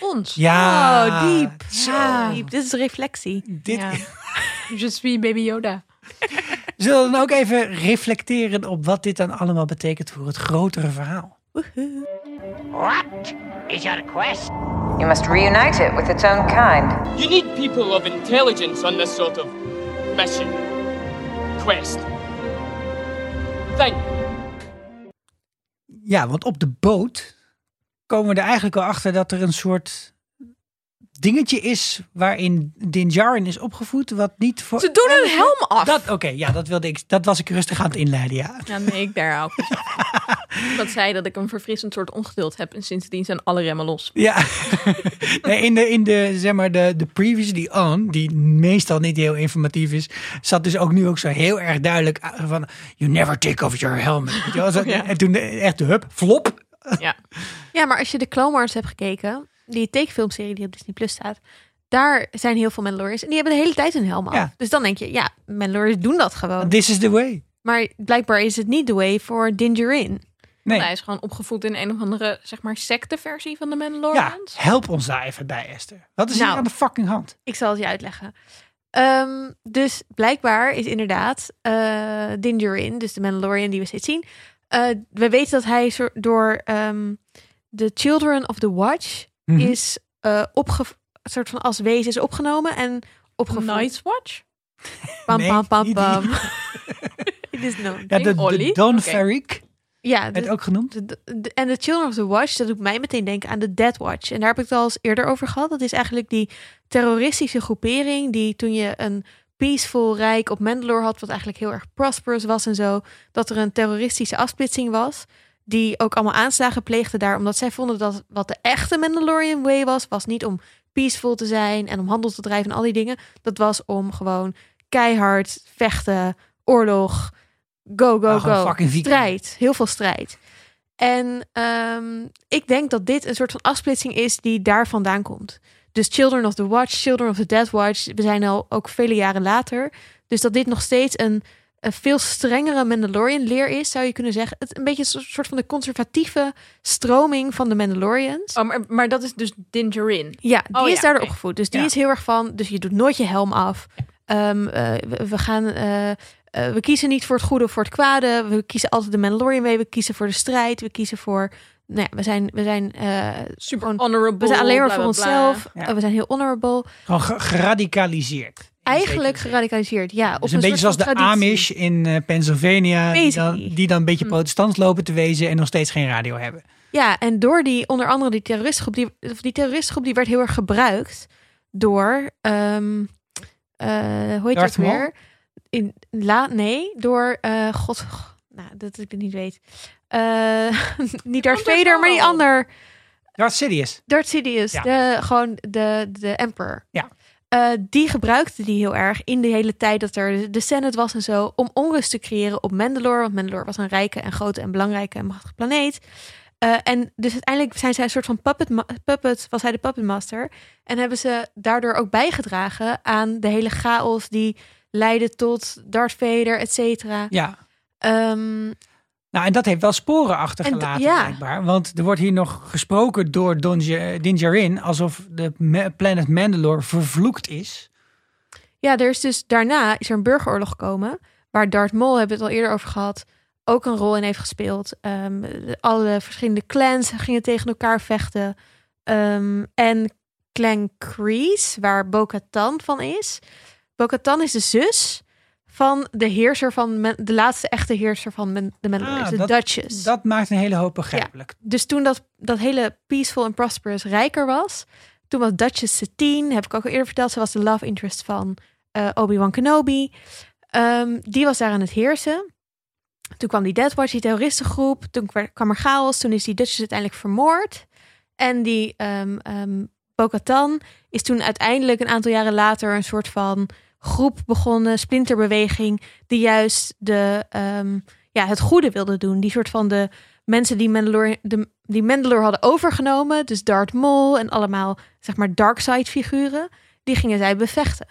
Speaker 1: ons.
Speaker 2: Ja.
Speaker 3: Oh, diep.
Speaker 2: Zo.
Speaker 3: Diep. Dit is reflectie.
Speaker 2: Dit,
Speaker 1: Ja. Je suis baby Yoda.
Speaker 2: Zullen we dan ook even reflecteren op wat dit dan allemaal betekent voor het grotere verhaal?
Speaker 5: What is your quest?
Speaker 9: You must reunite it with its own kind.
Speaker 10: You need people of intelligence on this sort of mission. Quest. Thing.
Speaker 2: Ja, want op de boot komen we er eigenlijk al achter dat er een soort dingetje is waarin Din Djarin is opgevoed, wat niet voor...
Speaker 1: Ze doen hun helm af.
Speaker 2: Dat, oké, ja, dat wilde ik, dat was ik rustig aan het inleiden, ja.
Speaker 1: Ja, nee, ik daar ook. Dat zei dat ik een verfrissend soort ongeduld heb. En sindsdien zijn alle remmen los.
Speaker 2: Ja, nee, in, de, in de, zeg maar, de, de previous die on, die meestal niet heel informatief is, zat dus ook nu ook zo heel erg duidelijk aan van, you never take off your helmet. Weet je wel? Zo- En toen de- echt, hup, flop.
Speaker 1: Ja.
Speaker 3: Ja, maar als je de Clone Wars hebt gekeken, die tekenfilmserie die op Disney Plus staat, daar zijn heel veel Mandalorians. En die hebben de hele tijd hun helm af.
Speaker 2: Ja.
Speaker 3: Dus dan denk je, ja, Mandalorians doen dat gewoon.
Speaker 2: This is the way.
Speaker 3: Maar blijkbaar is het niet the way voor Dingerin.
Speaker 2: Nee.
Speaker 1: Hij is gewoon opgevoed in een of andere, zeg maar, secteversie van de
Speaker 2: Ja,
Speaker 1: Mandalorians.
Speaker 2: help ons daar even bij, Esther. Wat is
Speaker 3: Nou.
Speaker 2: hier aan de fucking hand?
Speaker 3: Ik zal het je uitleggen. Ehm, dus blijkbaar is inderdaad eh Din Djarin, dus de Mandalorian die we steeds zien. eh, we weten dat hij zo- door ehm, de Children of the Watch
Speaker 2: Mhm.
Speaker 3: is eh opge soort van als wezen is opgenomen en opgevoed.
Speaker 1: Night's Watch?
Speaker 3: Pam,
Speaker 2: Nee,
Speaker 3: pam, pam,
Speaker 2: niet
Speaker 3: pam.
Speaker 2: die.
Speaker 3: It is known.
Speaker 2: Ja, de, de
Speaker 1: Ollie?
Speaker 2: Don
Speaker 1: Oké.
Speaker 2: Farik
Speaker 3: Ja,
Speaker 2: werd
Speaker 3: dus-
Speaker 2: ook genoemd.
Speaker 3: de- de- de- en de Children of the Watch, dat doet mij meteen denken aan de Dead Watch. En daar heb ik het al eens eerder over gehad. Dat is eigenlijk die terroristische groepering die toen je een peaceful rijk op Mandalore had, wat eigenlijk heel erg prosperous was en zo, dat er een terroristische afsplitsing was, die ook allemaal aanslagen pleegde daar, omdat zij vonden dat wat de echte Mandalorian way was, was niet om peaceful te zijn en om handel te drijven en al die dingen. Dat was om gewoon keihard vechten, oorlog, go, go,
Speaker 2: Ja, gewoon
Speaker 3: go.
Speaker 2: fucking Viking.
Speaker 3: Strijd, heel veel strijd. En ehm, ik denk dat dit een soort van afsplitsing is die daar vandaan komt. Dus Children of the Watch, Children of the Dead Watch, we zijn al ook vele jaren later. Dus dat dit nog steeds een, een veel strengere Mandalorian-leer is, zou je kunnen zeggen. Het, een beetje een soort van de conservatieve stroming van de Mandalorians.
Speaker 1: Oh, maar, maar dat is dus Dingerin.
Speaker 3: Ja, die
Speaker 1: Oh
Speaker 3: is
Speaker 1: ja,
Speaker 3: daardoor
Speaker 1: oké.
Speaker 3: opgevoed. Dus die
Speaker 2: Ja.
Speaker 3: is heel erg van, dus je doet nooit je helm af. Ehm, eh, we, we gaan, eh, eh, we kiezen niet voor het goede of voor het kwade. We kiezen altijd de Mandalorian mee. We kiezen voor de strijd. We kiezen voor, nou ja, we zijn, we zijn eh,
Speaker 1: Super
Speaker 3: gewoon-
Speaker 1: honorable.
Speaker 3: we zijn alleen maar
Speaker 1: bla,
Speaker 3: voor
Speaker 1: bla, bla.
Speaker 3: onszelf.
Speaker 2: Ja.
Speaker 3: Eh, we zijn heel honorable.
Speaker 2: Gewoon ge- geradicaliseerd. In
Speaker 3: Eigenlijk
Speaker 2: zekere zin.
Speaker 3: geradicaliseerd, ja. Op
Speaker 2: Dus een, beetje zoals
Speaker 3: soort
Speaker 2: de
Speaker 3: van traditie.
Speaker 2: Amish in eh, Pennsylvania, die dan,
Speaker 3: Basically. Hm.
Speaker 2: die dan een beetje protestants lopen te wezen en nog steeds geen radio hebben.
Speaker 3: Ja, en door die, onder andere die terroristengroep, die, of die terroristengroep die werd heel erg gebruikt door, ehm, eh, hoe heet
Speaker 2: Darth
Speaker 3: dat
Speaker 2: Maul?
Speaker 3: weer? In, la, nee, door, eh, god, g- nou, dat ik het niet weet. Eh, niet Darth
Speaker 1: Darth
Speaker 3: Vader, maar die
Speaker 1: Maul.
Speaker 3: ander.
Speaker 2: Darth Sidious.
Speaker 3: Darth Sidious,
Speaker 2: Ja.
Speaker 3: de, gewoon de, de emperor.
Speaker 2: Ja.
Speaker 3: Eh, die gebruikte die heel erg in de hele tijd dat er de Senate was en zo... om onrust te creëren op Mandalore. Want Mandalore was een rijke en grote en belangrijke en machtige planeet. Eh, en dus uiteindelijk zijn zij een soort van puppet, ma- puppet... was hij de puppetmaster. En hebben ze daardoor ook bijgedragen aan de hele chaos... die leidde tot Darth Vader, et cetera.
Speaker 2: Ja.
Speaker 3: Ehm,
Speaker 2: Nou, en dat heeft wel sporen achtergelaten,
Speaker 3: En d- ja.
Speaker 2: blijkbaar. Want er wordt hier nog gesproken door Don Ja- Din Djarin alsof de ma- planet Mandalore vervloekt is.
Speaker 3: Ja, er is dus daarna is er een burgeroorlog gekomen. Waar Darth Maul, hebben we het al eerder over gehad, ook een rol in heeft gespeeld. Ehm, de- alle verschillende clans gingen tegen elkaar vechten. Ehm, en Clan Crees, waar Bo-Katan van is. Bo-Katan is de zus van de heerser van Men- de laatste echte heerser van Men- de
Speaker 2: Ah,
Speaker 3: Mandalorians, de
Speaker 2: dat-
Speaker 3: Duchess.
Speaker 2: Dat maakt een hele hoop begrijpelijk.
Speaker 3: Dus toen dat, dat hele peaceful en prosperous rijker was, toen was Duchess Satine, heb ik ook al eerder verteld, ze was de love interest van eh, Obi-Wan Kenobi. Ehm, die was daar aan het heersen. Toen kwam die Death Watch, die terroristengroep. Toen kwa- kwam er chaos. Toen is die Duchess uiteindelijk vermoord. En die ehm ehm, Bo-Katan is toen uiteindelijk een aantal jaren later een soort van groep begonnen, splinterbeweging, die juist de, ehm, ja, het goede wilde doen. Die soort van de mensen die Mandalore, de, die Mandalore hadden overgenomen, dus Darth Maul en allemaal zeg maar darkside figuren, die gingen zij bevechten.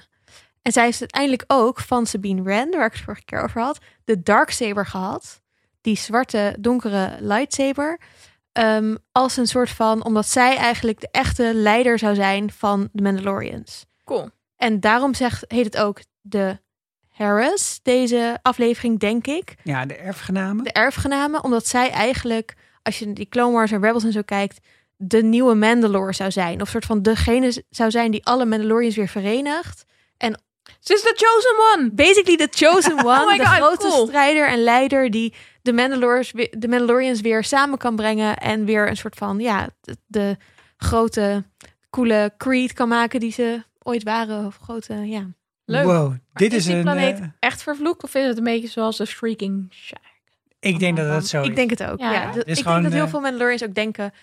Speaker 3: En zij heeft uiteindelijk ook van Sabine Wren, waar ik het vorige keer over had, de Darksaber gehad. Die zwarte, donkere lightsaber. ehm, als een soort van, omdat zij eigenlijk de echte leider zou zijn van de Mandalorians.
Speaker 1: Cool.
Speaker 3: En daarom zegt, heet het ook de Harris, deze aflevering, denk ik.
Speaker 2: Ja, de erfgenamen.
Speaker 3: De erfgenamen, omdat zij eigenlijk, als je die Clone Wars en Rebels en zo kijkt, de nieuwe Mandalore zou zijn. Of soort van degene zou zijn die alle Mandalorians weer verenigt. En
Speaker 1: Ze is the chosen one.
Speaker 3: basically the chosen one,
Speaker 1: Oh my
Speaker 3: de
Speaker 1: God,
Speaker 3: grote
Speaker 1: cool.
Speaker 3: strijder en leider die de, Mandalorians, we- de Mandalorians weer samen kan brengen en weer een soort van ja, de, de grote coole creed kan maken die ze ooit waren of grote ja.
Speaker 1: Leuk.
Speaker 2: Wow,
Speaker 1: Maar
Speaker 2: dit is,
Speaker 1: die
Speaker 2: een...
Speaker 1: planeet
Speaker 2: eh,
Speaker 1: echt vervloekt of is het een beetje zoals de Shrieking Shack?
Speaker 2: eh, ik denk dat dat zo is.
Speaker 3: Ik denk het ook.
Speaker 1: Ja.
Speaker 3: Ja.
Speaker 1: Ja,
Speaker 3: Dat-
Speaker 2: dus
Speaker 3: ik
Speaker 2: gewoon,
Speaker 3: denk dat heel
Speaker 2: eh,
Speaker 3: veel Mandalorians ook denken.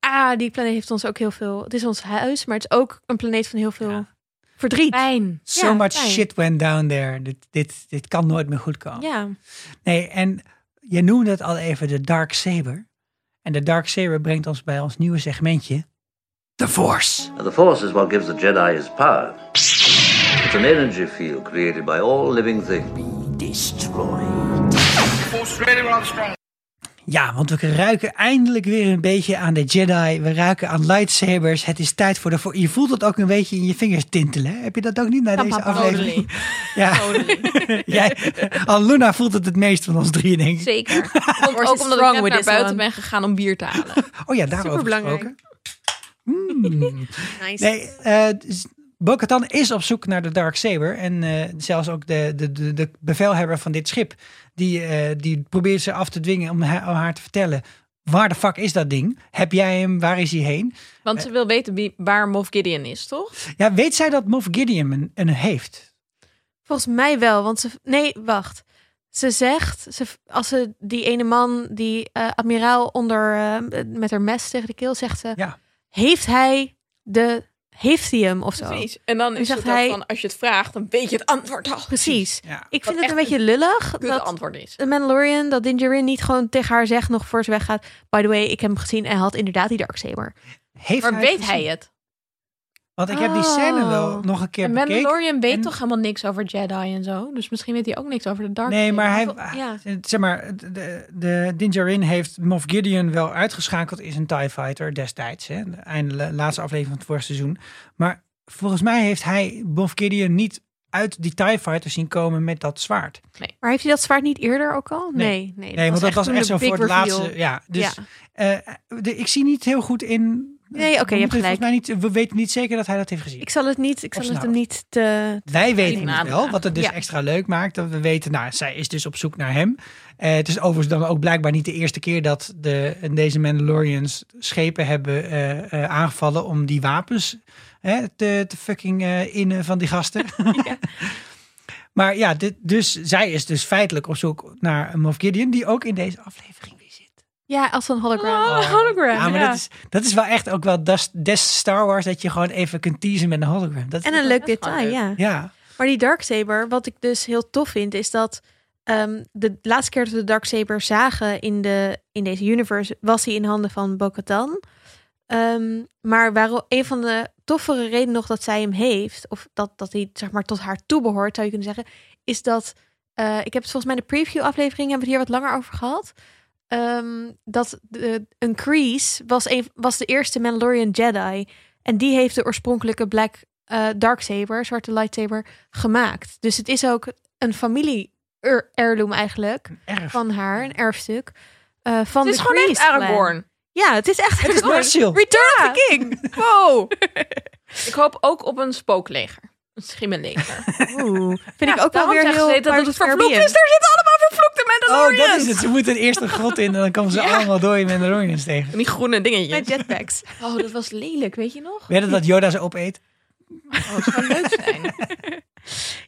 Speaker 3: Ah, die planeet heeft ons ook heel veel. Het is ons huis, maar het is ook een planeet van heel veel
Speaker 2: Ja.
Speaker 3: verdriet.
Speaker 1: Pijn.
Speaker 2: So
Speaker 3: Ja,
Speaker 2: much
Speaker 3: fijn.
Speaker 2: shit went down there. Dit, dit, dit kan nooit meer goed komen.
Speaker 3: Ja,
Speaker 2: Nee, en je noemde het al even de Dark Saber. En de Dark Saber brengt ons bij ons nieuwe segmentje. The Force.
Speaker 11: The Force is what gives the Jedi his power. It's an energy field created by all living things. Be destroyed. Force really runs strong.
Speaker 2: Ja, want we ruiken eindelijk weer een beetje aan de Jedi. We ruiken aan lightsabers. Het is tijd voor de... Vo- je voelt dat ook een beetje in je vingers tintelen. hè? Heb je dat ook niet na
Speaker 1: Pam,
Speaker 2: deze
Speaker 1: pam,
Speaker 2: aflevering? Ja, Jij, al Luna voelt het het meest van ons drieën, denk ik.
Speaker 1: Zeker. Komt
Speaker 3: Force
Speaker 1: ook
Speaker 3: is
Speaker 1: omdat
Speaker 3: strong
Speaker 1: ik net
Speaker 3: with
Speaker 1: naar
Speaker 3: this
Speaker 1: buiten
Speaker 3: one.
Speaker 1: ben gegaan om bier te halen.
Speaker 2: Oh ja, daarover
Speaker 3: Superbelangrijk.
Speaker 2: gesproken. Mm.
Speaker 3: Nice.
Speaker 2: Nee, eh Bo-Katan is op zoek naar de Dark Saber. En eh, zelfs ook de, de, de, de bevelhebber van dit schip. Die, eh, die probeert ze af te dwingen om haar, om haar te vertellen. Waar de fuck is dat ding? Heb jij hem? Waar is hij heen?
Speaker 1: Want ze wil weten wie, waar Moff Gideon is, toch?
Speaker 2: Ja, weet zij dat Moff Gideon een, een heeft?
Speaker 3: Volgens mij wel, want ze. Nee, wacht. Ze zegt, ze, als ze die ene man, die eh, admiraal onder eh, met haar mes tegen de keel, zegt ze:
Speaker 2: Ja.
Speaker 3: Heeft hij de. Heeft hij hem of zo?
Speaker 1: Precies. En dan is
Speaker 3: zegt
Speaker 1: het hij...
Speaker 3: hij-
Speaker 1: van, als je het vraagt, dan weet je het antwoord al.
Speaker 3: Precies.
Speaker 2: Ja.
Speaker 3: Ik
Speaker 1: Wat
Speaker 3: vind het een
Speaker 1: echt
Speaker 3: beetje lullig
Speaker 1: Kut
Speaker 3: dat
Speaker 1: antwoord is.
Speaker 3: de Mandalorian, dat Dingerin niet gewoon tegen haar zegt nog voor ze weggaat. By the way, ik heb hem gezien en hij had inderdaad die Dark Saber.
Speaker 2: Heeft
Speaker 1: Maar weet
Speaker 2: gezien?
Speaker 1: hij het?
Speaker 2: Want ik heb die scène wel
Speaker 3: Oh.
Speaker 2: nog een keer
Speaker 1: En
Speaker 2: bekeken.
Speaker 1: Mandalorian weet
Speaker 2: En-
Speaker 1: toch helemaal niks over Jedi en zo? Dus misschien weet hij ook niks over de Dark
Speaker 2: Nee,
Speaker 1: Saber.
Speaker 2: maar hij, eh,
Speaker 1: Of- Ja.
Speaker 2: zeg maar, de- de, de Din Djarin heeft Moff Gideon wel uitgeschakeld in zijn TIE Fighter destijds. Hè, de einde, laatste aflevering van het vorige seizoen. Maar volgens mij heeft hij Moff Gideon niet uit die TIE Fighter zien komen met dat zwaard.
Speaker 3: Maar heeft hij dat zwaard niet eerder ook al?
Speaker 2: Nee.
Speaker 3: Nee, nee.
Speaker 2: Nee, want dat was
Speaker 3: toen
Speaker 2: echt
Speaker 3: de
Speaker 2: zo
Speaker 3: big
Speaker 2: voor het
Speaker 3: reveal.
Speaker 2: laatste. Ja, dus
Speaker 3: Ja.
Speaker 2: eh, de, ik zie niet heel goed in...
Speaker 3: Nee, oké,
Speaker 2: we
Speaker 3: je hebt
Speaker 2: moeten
Speaker 3: gelijk.
Speaker 2: Volgens mij niet, we weten niet zeker dat hij dat heeft gezien.
Speaker 3: Ik zal het niet, ik zal het
Speaker 2: snap.
Speaker 3: hem niet te.
Speaker 2: Wij weten
Speaker 1: Die
Speaker 2: het
Speaker 1: naam
Speaker 2: wel, wat het dus
Speaker 3: Ja.
Speaker 2: extra leuk maakt. Dat we weten, nou, zij is dus op zoek naar hem. Eh, het is overigens dan ook blijkbaar niet de eerste keer dat de, deze Mandalorians schepen hebben eh, eh, aangevallen om die wapens hè, te, te fucking eh, innen van die gasten. Maar ja, dit, dus zij is dus feitelijk op zoek naar Moff Gideon, die ook in deze aflevering weer zit.
Speaker 3: Ja, als een hologram.
Speaker 1: Oh, een hologram.
Speaker 2: Ja, maar
Speaker 1: ja.
Speaker 2: Dat, is, dat is wel echt ook wel des, des Star Wars, dat je gewoon even kunt teasen met een hologram. Dat,
Speaker 3: En een leuk
Speaker 1: Dat is gewoon
Speaker 3: detail,
Speaker 1: leuk.
Speaker 3: ja.
Speaker 2: Ja,
Speaker 3: Maar die Darksaber, wat ik dus heel tof vind, is dat ehm, de laatste keer dat we de Darksaber zagen in, de, in deze universe, was hij in handen van Bo-Katan. Ehm, maar waarom, een van de toffere redenen nog dat zij hem heeft, of dat, dat hij zeg maar tot haar toe behoort, zou je kunnen zeggen, is dat, eh, ik heb het volgens mij in de preview aflevering, hebben we het hier wat langer over gehad, Ehm, dat de, een Crease was, een, was de eerste Mandalorian Jedi. En die heeft de oorspronkelijke Black eh, Darksaber, zwarte lightsaber, gemaakt. Dus het is ook een familie er- heirloom eigenlijk
Speaker 2: erg.
Speaker 3: van haar, een erfstuk. eh, van
Speaker 1: Het is
Speaker 3: de
Speaker 1: gewoon echt
Speaker 3: Kreese clan.
Speaker 1: Aragorn.
Speaker 3: Ja, het is echt
Speaker 2: Het is
Speaker 3: Aragorn.
Speaker 2: Martial.
Speaker 3: Return of the King.
Speaker 1: Wow. ik hoop ook op een spookleger. Een schimmenleger.
Speaker 3: Oeh, vind ik
Speaker 1: Ja,
Speaker 3: ook wel
Speaker 1: daarom
Speaker 3: weer
Speaker 1: zeggen
Speaker 3: heel
Speaker 1: ze dat
Speaker 3: Pirates
Speaker 1: het
Speaker 3: of the
Speaker 1: vervloekt
Speaker 3: Caribbean.
Speaker 1: is. Daar zitten allemaal vervloekte
Speaker 2: Oh,
Speaker 1: Mandalorians.
Speaker 2: dat is het. Ze moeten eerst een grot in en dan komen ze allemaal door je Mandalorians tegen.
Speaker 1: En die groene dingetjes.
Speaker 3: Met jetpacks.
Speaker 1: Oh, dat was lelijk, weet je nog?
Speaker 2: Weet je dat Yoda ze opeet?
Speaker 1: Oh, het zou leuk zijn.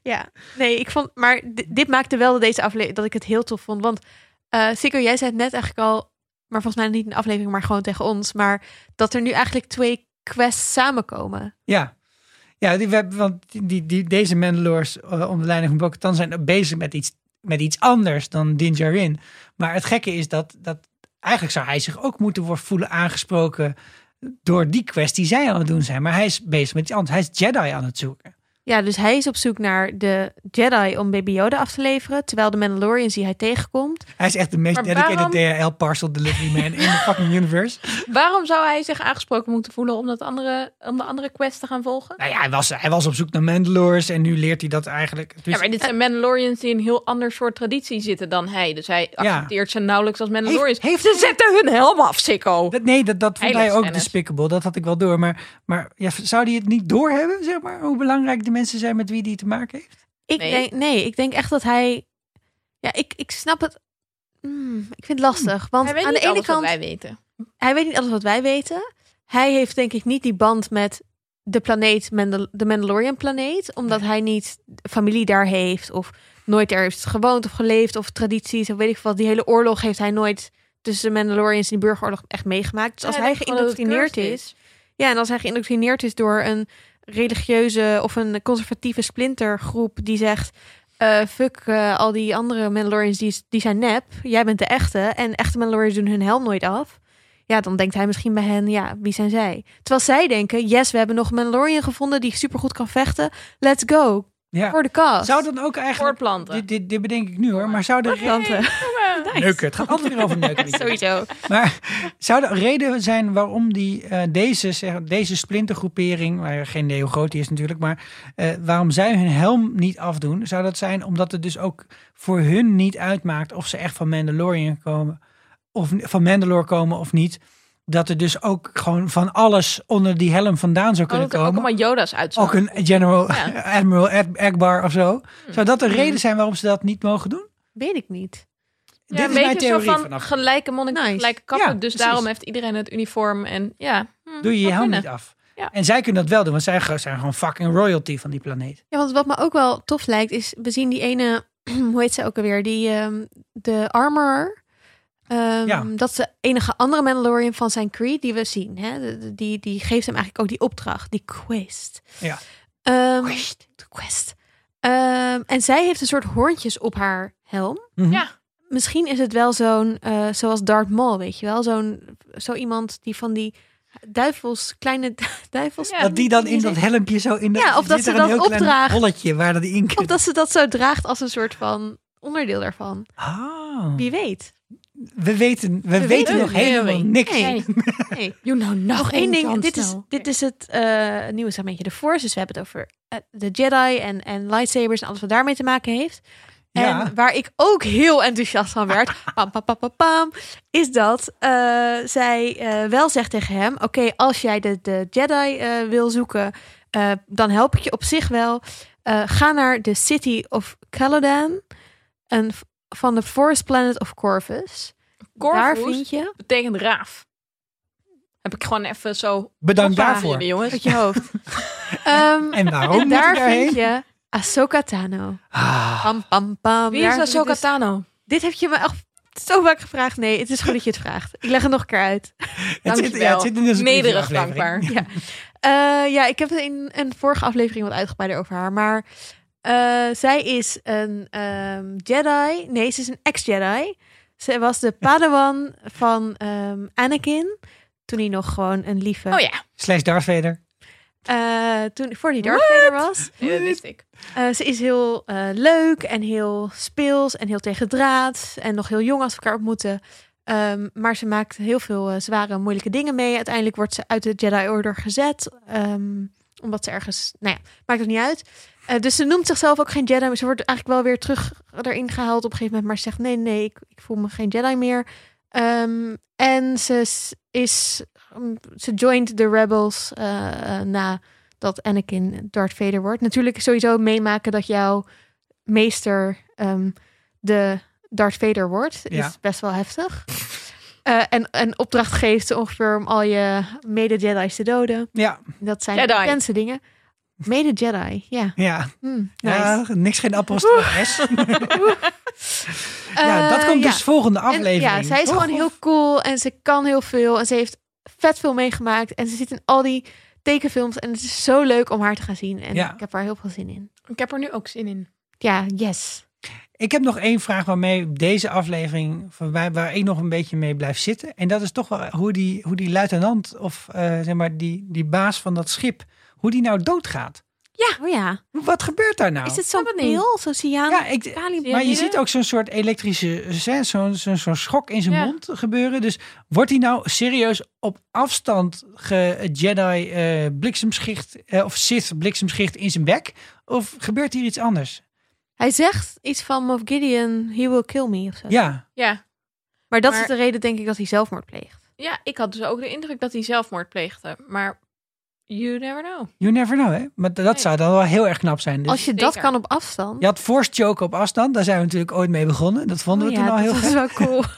Speaker 3: Ja, nee, ik vond. Maar di- dit maakte wel deze aflevering dat ik het heel tof vond. Want eh Sikko, jij zei het net eigenlijk al, maar volgens mij niet in de aflevering, maar gewoon tegen ons. Maar dat er nu eigenlijk twee quests samenkomen.
Speaker 2: Ja. Ja, die, we hebben- want die, die, die- deze Mandalors eh, onder leiding van Bo-Katan zijn bezig met iets, met iets anders dan Din Djarin. Maar het gekke is dat, dat eigenlijk zou hij zich ook moeten worden voelen aangesproken door die quest die zij aan het doen zijn. Maar hij is bezig met iets anders. Hij is Jedi aan het zoeken.
Speaker 3: Ja, dus hij is op zoek naar de Jedi om Baby Yoda af te leveren. Terwijl de Mandalorians die hij tegenkomt.
Speaker 2: Hij is echt de meest
Speaker 1: Maar
Speaker 2: dedicated DHL parcel delivery man in de fucking universe.
Speaker 1: Waarom zou hij zich aangesproken moeten voelen om, dat andere, om de andere quest te gaan volgen?
Speaker 2: Nou ja, hij was, hij was op zoek naar Mandalors en nu leert hij dat eigenlijk. Dus-
Speaker 1: Ja, maar dit zijn
Speaker 3: Eh,
Speaker 1: Mandalorians die in een heel ander soort traditie zitten dan hij. Dus hij accepteert ze nauwelijks als Mandalorians.
Speaker 2: Heeft-
Speaker 1: ze zetten hun helm af, sicko.
Speaker 2: Dat, nee, dat, dat vond hij ook
Speaker 1: Heiligschennis.
Speaker 2: despicable. Dat had ik wel door. Maar, maar ja, zou hij het niet doorhebben, zeg maar? Hoe belangrijk de mensen zijn met wie die te maken heeft?
Speaker 3: Ik
Speaker 1: Nee.
Speaker 3: Denk, nee, ik denk echt dat hij. Ja, ik, ik snap het. Hmm, ik vind het lastig. Want
Speaker 1: Hij weet
Speaker 3: aan
Speaker 1: niet
Speaker 3: de ene
Speaker 1: alles wat
Speaker 3: kant.
Speaker 1: wij weten.
Speaker 3: hij weet niet alles wat wij weten. Hij heeft denk ik niet die band met de planeet, Mandal- de Mandalorian planeet, omdat hij niet familie daar heeft of nooit er heeft gewoond of geleefd of tradities of weet ik wat. Die hele oorlog heeft hij nooit tussen de Mandalorians en die burgeroorlog echt meegemaakt. Dus als
Speaker 1: Ja,
Speaker 3: hij
Speaker 1: dat gewoon dat het
Speaker 3: geïndoctrineerd
Speaker 1: cursed
Speaker 3: is, ja, en als hij geïndoctrineerd is door een religieuze of een conservatieve splintergroep die zegt. eh, fuck eh, al die andere Mandalorians, die, die zijn nep. Jij bent de echte. En echte Mandalorians doen hun helm nooit af. Ja, dan denkt hij misschien bij hen, ja, wie zijn zij? Terwijl zij denken, yes, we hebben nog een Mandalorian gevonden die supergoed kan vechten. Let's go.
Speaker 2: Ja.
Speaker 3: Voor de kast.
Speaker 2: Zou dan ook eigenlijk...
Speaker 1: Voorplanten.
Speaker 2: Dit, dit, dit bedenk ik nu hoor, maar zou er...
Speaker 3: planten.
Speaker 2: Neuken, het gaat altijd weer over neuken.
Speaker 3: Sowieso.
Speaker 2: Maar zou er een reden zijn waarom die, eh, deze, zeg, deze splintergroepering, waar er geen neogotie is natuurlijk, maar eh, waarom zij hun helm niet afdoen? Zou dat zijn omdat het dus ook voor hun niet uitmaakt of ze echt van Mandalorian komen, of van Mandalore komen of niet? Dat er dus ook gewoon van alles onder die helm vandaan zou kunnen
Speaker 1: Omdat er ook
Speaker 2: komen.
Speaker 1: allemaal Yoda's uit
Speaker 2: Ook een General
Speaker 1: Ja. Mm.
Speaker 2: Admiral Ad- Akbar of zo. Zou dat een reden zijn waarom ze dat niet mogen doen?
Speaker 3: Weet ik niet.
Speaker 1: Ja,
Speaker 2: Dit
Speaker 1: een
Speaker 2: is mijn
Speaker 1: beetje zo
Speaker 2: theorie
Speaker 1: van
Speaker 2: vanaf.
Speaker 1: gelijke monnik,
Speaker 3: Nice.
Speaker 1: gelijke kappen.
Speaker 2: Ja,
Speaker 1: dus
Speaker 2: precies.
Speaker 1: daarom heeft iedereen het uniform. En ja, hm,
Speaker 2: Doe je je
Speaker 1: zou
Speaker 2: helm
Speaker 1: kunnen.
Speaker 2: niet af.
Speaker 1: Ja.
Speaker 2: En zij kunnen dat wel doen, want zij ge- zijn gewoon fucking royalty van die planeet.
Speaker 3: Ja, want wat me ook wel tof lijkt is, we zien die ene, hoe heet ze ook alweer, die ehm, de armorer. Ehm,
Speaker 2: Ja.
Speaker 3: Dat is de enige andere Mandalorian van zijn creed die we zien. Hè? De- de- Die, die geeft hem eigenlijk ook die opdracht, die quest.
Speaker 2: Ja.
Speaker 3: Ehm, de quest. Ehm, en zij heeft een soort hoortjes op haar helm.
Speaker 2: Mhm.
Speaker 1: Ja.
Speaker 3: Misschien is het wel zo'n, eh, zoals Darth Maul, weet je wel? Zo'n, zo iemand die van die duivels, kleine duivels...
Speaker 1: Ja,
Speaker 2: Dat die dan in dat helmpje zo in de,
Speaker 3: Ja, of dat
Speaker 2: zit
Speaker 3: ze
Speaker 2: er een
Speaker 3: dat
Speaker 2: heel klein
Speaker 3: opdraagt.
Speaker 2: holletje waar dat in
Speaker 3: Of
Speaker 2: kan.
Speaker 3: dat ze dat zo draagt als een soort van onderdeel daarvan.
Speaker 2: Ah,
Speaker 3: Wie weet.
Speaker 2: we weten, we weten
Speaker 3: weten
Speaker 2: nog
Speaker 3: het niet.
Speaker 2: helemaal niks.
Speaker 3: Nee. Nee.
Speaker 1: You know nothing,
Speaker 3: Nog één ding.
Speaker 1: Jon
Speaker 3: Dit is,
Speaker 1: Snow.
Speaker 3: dit is het eh nieuwe segmentje, de Force. Dus we hebben het over eh, de Jedi en, en lightsabers en alles wat daarmee te maken heeft. En
Speaker 2: Ja.
Speaker 3: waar ik ook heel enthousiast van werd, pam, pam, pam, pam, pam, is dat eh, zij eh, wel zegt tegen hem: Oké, als jij de, de Jedi eh, wil zoeken, eh, dan help ik je op zich wel. Eh, ga naar de City of Caladan en v- van de Forest Planet of Corvus. Daar
Speaker 1: Corvus
Speaker 3: vind je
Speaker 1: betekent raaf. Heb ik gewoon even zo...
Speaker 2: Bedankt
Speaker 1: Hoppa,
Speaker 2: daarvoor.
Speaker 1: jullie jongens.
Speaker 3: uit je hoofd. Ehm,
Speaker 2: En waarom
Speaker 3: en
Speaker 2: moet
Speaker 3: daar
Speaker 2: ik daarheen?
Speaker 3: vind je Ahsoka Tano.
Speaker 2: Ah,
Speaker 3: Pam, pam, pam.
Speaker 1: Wie is
Speaker 3: Daar-
Speaker 1: Ahsoka
Speaker 3: dit
Speaker 1: Tano?
Speaker 3: Dit heb je me echt zo vaak gevraagd. Nee, het is goed dat je het vraagt. Ik leg het nog een keer uit. Ah,
Speaker 2: het, zit, ja, het zit in onze
Speaker 1: Nederig
Speaker 2: preview-aflevering.
Speaker 1: dankbaar.
Speaker 3: Ja. Eh, ja, ik heb het in een vorige aflevering wat uitgebreider over haar. Maar eh, zij is een ehm, Jedi. Nee, ze is een ex-Jedi. Ze was de padawan van ehm, Anakin. Toen hij nog gewoon een lieve...
Speaker 1: Oh ja,
Speaker 2: Slash Darth Vader.
Speaker 3: Eh, toen, voor die Darth Vader was.
Speaker 1: Ja, dat wist ik.
Speaker 3: Eh, ze is heel eh, leuk en heel speels en heel tegendraad. En nog heel jong als we elkaar ontmoeten. Ehm, maar ze maakt heel veel eh, zware, moeilijke dingen mee. Uiteindelijk wordt ze uit de Jedi Order gezet. ehm, omdat ze ergens... Nou ja, maakt het niet uit. Eh, dus ze noemt zichzelf ook geen Jedi. Maar ze wordt eigenlijk wel weer terug erin gehaald op een gegeven moment. Maar ze zegt, nee, nee, ik, ik voel me geen Jedi meer. Ehm, en ze is- is... mm, Ze joined de Rebels eh, eh, na dat Anakin Darth Vader wordt. Natuurlijk sowieso meemaken dat jouw meester ehm, de Darth Vader wordt.
Speaker 2: Ja.
Speaker 3: Is best wel heftig. Eh, en, en opdracht geeft ongeveer om al je mede-Jedi's te doden.
Speaker 2: Ja,
Speaker 3: Dat zijn
Speaker 1: Jedi.
Speaker 3: intense dingen. Mede-Jedi, ja.
Speaker 2: ja.
Speaker 3: Hm, nice.
Speaker 2: ja niks geen apostrof S. ja, dat
Speaker 3: Eh,
Speaker 2: komt
Speaker 3: ja. Oh.
Speaker 2: dus volgende
Speaker 3: En
Speaker 2: aflevering.
Speaker 3: ja, zij is
Speaker 2: toch?
Speaker 3: gewoon heel cool en ze kan heel veel. En ze heeft vet veel meegemaakt. En ze zit in al die tekenfilms. En het is zo leuk om haar te gaan zien. En
Speaker 2: Ja.
Speaker 3: ik heb haar heel veel zin in.
Speaker 1: Ik heb er nu ook zin in.
Speaker 3: Ja, yes.
Speaker 2: Ik heb nog één vraag waarmee deze aflevering, waar, waar ik nog een beetje mee blijf zitten. En dat is toch wel eh, hoe die, hoe die luitenant of eh, zeg maar die, die baas van dat schip, hoe die nou doodgaat.
Speaker 3: Oh ja.
Speaker 2: Wat gebeurt daar nou?
Speaker 3: Is het zo'n
Speaker 1: snap het niet.
Speaker 3: pil, zo'n cyaan?
Speaker 2: ja, ik,
Speaker 3: kalium-
Speaker 2: maar je
Speaker 1: Cyanide?
Speaker 2: ziet ook zo'n soort elektrische, eh, hè, zo'n zo'n zo'n schok in zijn
Speaker 1: Ja.
Speaker 2: mond gebeuren. Dus wordt hij nou serieus op afstand ge Jedi eh, bliksemschicht eh, of Sith bliksemschicht in zijn bek? Of gebeurt hier iets anders?
Speaker 3: Hij zegt iets van Moff Gideon, he will kill me of zo.
Speaker 2: Ja,
Speaker 1: Ja.
Speaker 3: Maar dat
Speaker 1: Maar-
Speaker 3: is de reden denk ik dat hij zelfmoord pleegt.
Speaker 1: ja, ik had dus ook de indruk dat hij zelfmoord pleegde. Maar you never know.
Speaker 2: you never know, hè? Maar dat
Speaker 1: Nee.
Speaker 2: zou dan wel heel erg knap zijn. Dus.
Speaker 3: Als je dat
Speaker 1: Zeker.
Speaker 3: kan op afstand.
Speaker 2: Je had force choke op afstand. Daar zijn we natuurlijk ooit mee begonnen. Dat vonden we
Speaker 3: Oh
Speaker 2: toen al heel
Speaker 3: dat is
Speaker 2: gek.
Speaker 3: wel cool.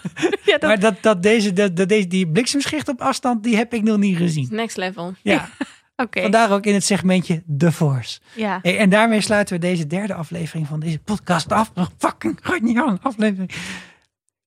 Speaker 3: ja, dat,
Speaker 2: Maar dat, dat deze, dat, dat deze, die bliksemschicht op afstand, die heb ik nog niet gezien.
Speaker 1: Next level.
Speaker 2: Ja,
Speaker 3: Oké.
Speaker 2: vandaar ook in het segmentje The Force.
Speaker 3: Ja.
Speaker 2: Hey, en daarmee sluiten we deze derde aflevering van deze podcast af. Een fucking geniale aflevering.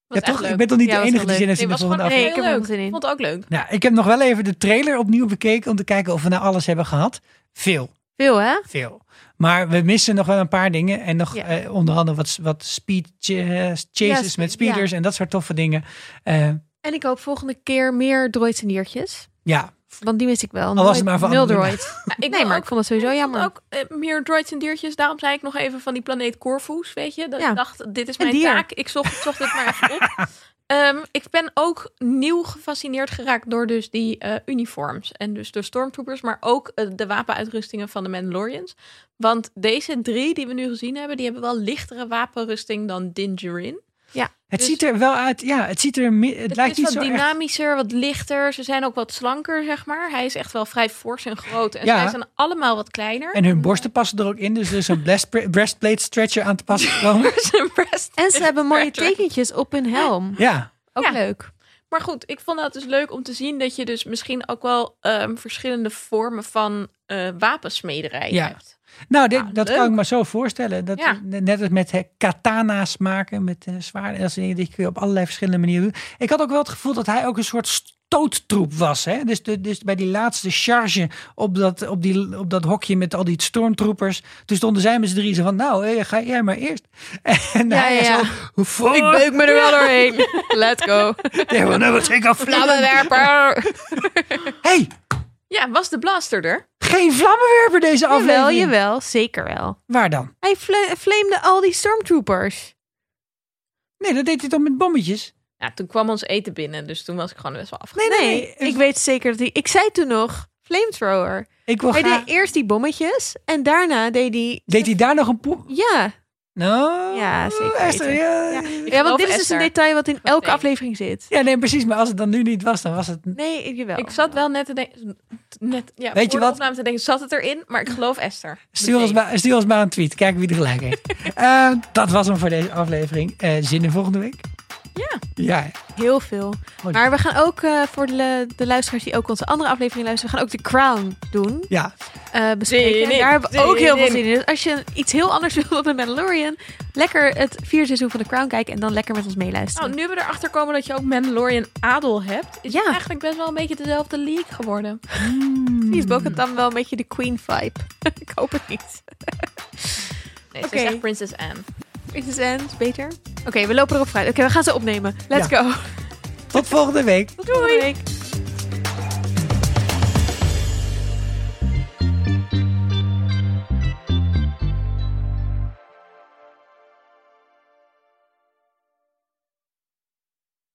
Speaker 1: Was
Speaker 2: ja,
Speaker 1: echt
Speaker 2: toch?
Speaker 1: leuk.
Speaker 2: Ik ben toch niet
Speaker 3: Ja,
Speaker 2: de
Speaker 3: was
Speaker 2: enige
Speaker 3: heel
Speaker 2: die zin heeft
Speaker 1: Nee,
Speaker 2: in de
Speaker 1: was gewoon
Speaker 2: volgende
Speaker 1: echt
Speaker 2: aflevering.
Speaker 3: Nee,
Speaker 1: heel
Speaker 3: ik heb
Speaker 1: leuk.
Speaker 3: er ook zin in.
Speaker 1: Ik vond het ook leuk.
Speaker 2: Nou, ik heb nog wel even de trailer opnieuw bekeken om te kijken of we nou alles hebben gehad. Veel,
Speaker 3: Veel hè?
Speaker 2: veel. Maar we missen nog wel een paar dingen. En nog
Speaker 3: Ja.
Speaker 2: eh, onder andere wat, wat speed ch- eh, chases
Speaker 3: Ja, spe-
Speaker 2: met speeders en dat soort toffe dingen. Eh,
Speaker 3: En ik hoop volgende keer meer droids en diertjes.
Speaker 2: Ja,
Speaker 3: Want die mis ik wel.
Speaker 2: was het maar voor
Speaker 3: Nul
Speaker 2: andere
Speaker 3: droid.
Speaker 1: ik
Speaker 3: Nee,
Speaker 1: wil
Speaker 3: maar
Speaker 1: ook-
Speaker 3: ik vond het sowieso jammer.
Speaker 1: Ook eh, meer droids en diertjes. Daarom zei ik nog even van die planeet Corvus, weet je. Dat
Speaker 3: Ja.
Speaker 1: ik dacht, dit is
Speaker 3: Een
Speaker 1: mijn
Speaker 3: dier.
Speaker 1: taak. Ik zocht, ik zocht het maar even op. Ehm, ik ben ook nieuw gefascineerd geraakt door dus die eh, uniforms. En dus de stormtroopers, maar ook eh, de wapenuitrustingen van de Mandalorians. Want deze drie die we nu gezien hebben, die hebben wel lichtere wapenrusting dan Din Djarin.
Speaker 2: het
Speaker 1: Dus-
Speaker 2: ziet er wel uit. Ja, het ziet er. mi- Het,
Speaker 1: Het
Speaker 2: lijkt
Speaker 1: is
Speaker 2: niet
Speaker 1: wat
Speaker 2: zo. erg-
Speaker 1: dynamischer, wat lichter. Ze zijn ook wat slanker, zeg maar. Hij is echt wel vrij fors en groot. En
Speaker 2: Ja.
Speaker 1: zij zijn allemaal wat kleiner.
Speaker 2: En hun borsten passen er ook in. Dus er is een breast- breastplate stretcher aan te pas gekomen.
Speaker 1: zijn breast
Speaker 3: En ze hebben mooie
Speaker 1: stretcher.
Speaker 3: tekentjes op hun helm.
Speaker 2: ja.
Speaker 3: Ook
Speaker 1: Ja.
Speaker 3: leuk.
Speaker 1: Maar goed, ik vond dat dus leuk om te zien dat je dus misschien ook wel ehm, verschillende vormen van eh wapensmederij
Speaker 2: Ja.
Speaker 1: hebt.
Speaker 2: Nou, dit-
Speaker 1: Ja,
Speaker 2: dat
Speaker 1: leuk.
Speaker 2: kan ik me zo voorstellen. Dat,
Speaker 1: Ja.
Speaker 2: Net als met hè, katana's maken, met eh, zwaarden. Dat soort dingen die kun je op allerlei verschillende manieren doen. Ik had ook wel het gevoel dat hij ook een soort stoottroep was. Hè? Dus, de, dus bij die laatste charge op dat, op, die, op dat hokje met al die stormtroopers. Toen stonden zij met z'n drieën zo van, nou, eh, ga jij maar eerst. En
Speaker 3: Ja,
Speaker 2: hij
Speaker 3: ja, ja.
Speaker 2: zo, "Hoe voor-
Speaker 3: Ik beuk me er wel doorheen. Let's go.
Speaker 2: They will never take a flam.
Speaker 3: Nou, Vlammenwerper.
Speaker 2: Hey,
Speaker 1: Ja, was de blaster er?
Speaker 2: geen vlammenwerper deze aflevering.
Speaker 3: Jawel, jawel. Zeker wel.
Speaker 2: Waar dan?
Speaker 3: Hij fla- flamede al die stormtroopers.
Speaker 2: Nee, dat deed hij toch met bommetjes?
Speaker 1: Ja, toen kwam ons eten binnen, dus toen was ik gewoon best wel afgelopen.
Speaker 3: Nee, nee.
Speaker 2: nee.
Speaker 3: Ik weet zeker dat hij... Ik zei toen nog flamethrower.
Speaker 2: Ik wil
Speaker 3: Hij
Speaker 2: graag...
Speaker 3: deed eerst die bommetjes en daarna deed hij...
Speaker 2: Deed hij daar nog een poep?
Speaker 3: Ja.
Speaker 2: Nou,
Speaker 3: Ja, zeker
Speaker 2: Esther,
Speaker 3: weten.
Speaker 2: ja.
Speaker 3: Ja,
Speaker 2: Ja.
Speaker 3: ja, want dit is dus
Speaker 1: Esther.
Speaker 3: een detail wat in elke
Speaker 1: nee.
Speaker 3: aflevering zit.
Speaker 2: nee, precies. Maar als het dan nu niet was, dan was het...
Speaker 3: Nee, jawel.
Speaker 1: Ik zat wel net te denken, net, ja,
Speaker 2: nou. Weet je
Speaker 1: voor de
Speaker 2: wat?
Speaker 1: opname te denken, zat het erin? Maar ik geloof Esther.
Speaker 2: Stuur ons,
Speaker 1: Meteen.
Speaker 2: maar, stuur ons maar een tweet. Kijken wie er gelijk heeft. Eh, dat was hem voor deze aflevering. Eh, zin in volgende week?
Speaker 1: Ja.
Speaker 2: Ja. hè?
Speaker 3: Heel veel.
Speaker 2: Mooi.
Speaker 3: Maar we gaan ook eh, voor de, de luisteraars die ook onze andere aflevering luisteren, we gaan ook de Crown doen.
Speaker 2: Ja.
Speaker 3: eh, bespreken.
Speaker 1: Zin in.
Speaker 3: Daar hebben we
Speaker 1: Zin
Speaker 3: ook heel veel
Speaker 1: in.
Speaker 3: zin in. Dus als je iets heel anders wil dan de Mandalorian, lekker het vierde seizoen van de Crown kijken en dan lekker met ons meeluisteren.
Speaker 1: Nou, nu we erachter komen dat je ook Mandalorian adel hebt, is
Speaker 3: Ja.
Speaker 1: het eigenlijk best wel een beetje dezelfde league geworden.
Speaker 3: Precies, Bokken dan wel een beetje de Queen vibe. Ik hoop het niet.
Speaker 1: Nee, ze
Speaker 3: Oké.
Speaker 1: is echt Princess Anne.
Speaker 3: Is het end beter? Oké, we lopen erop vooruit. Oké, we gaan ze opnemen. Let's go.
Speaker 2: Tot volgende week.
Speaker 3: Doei.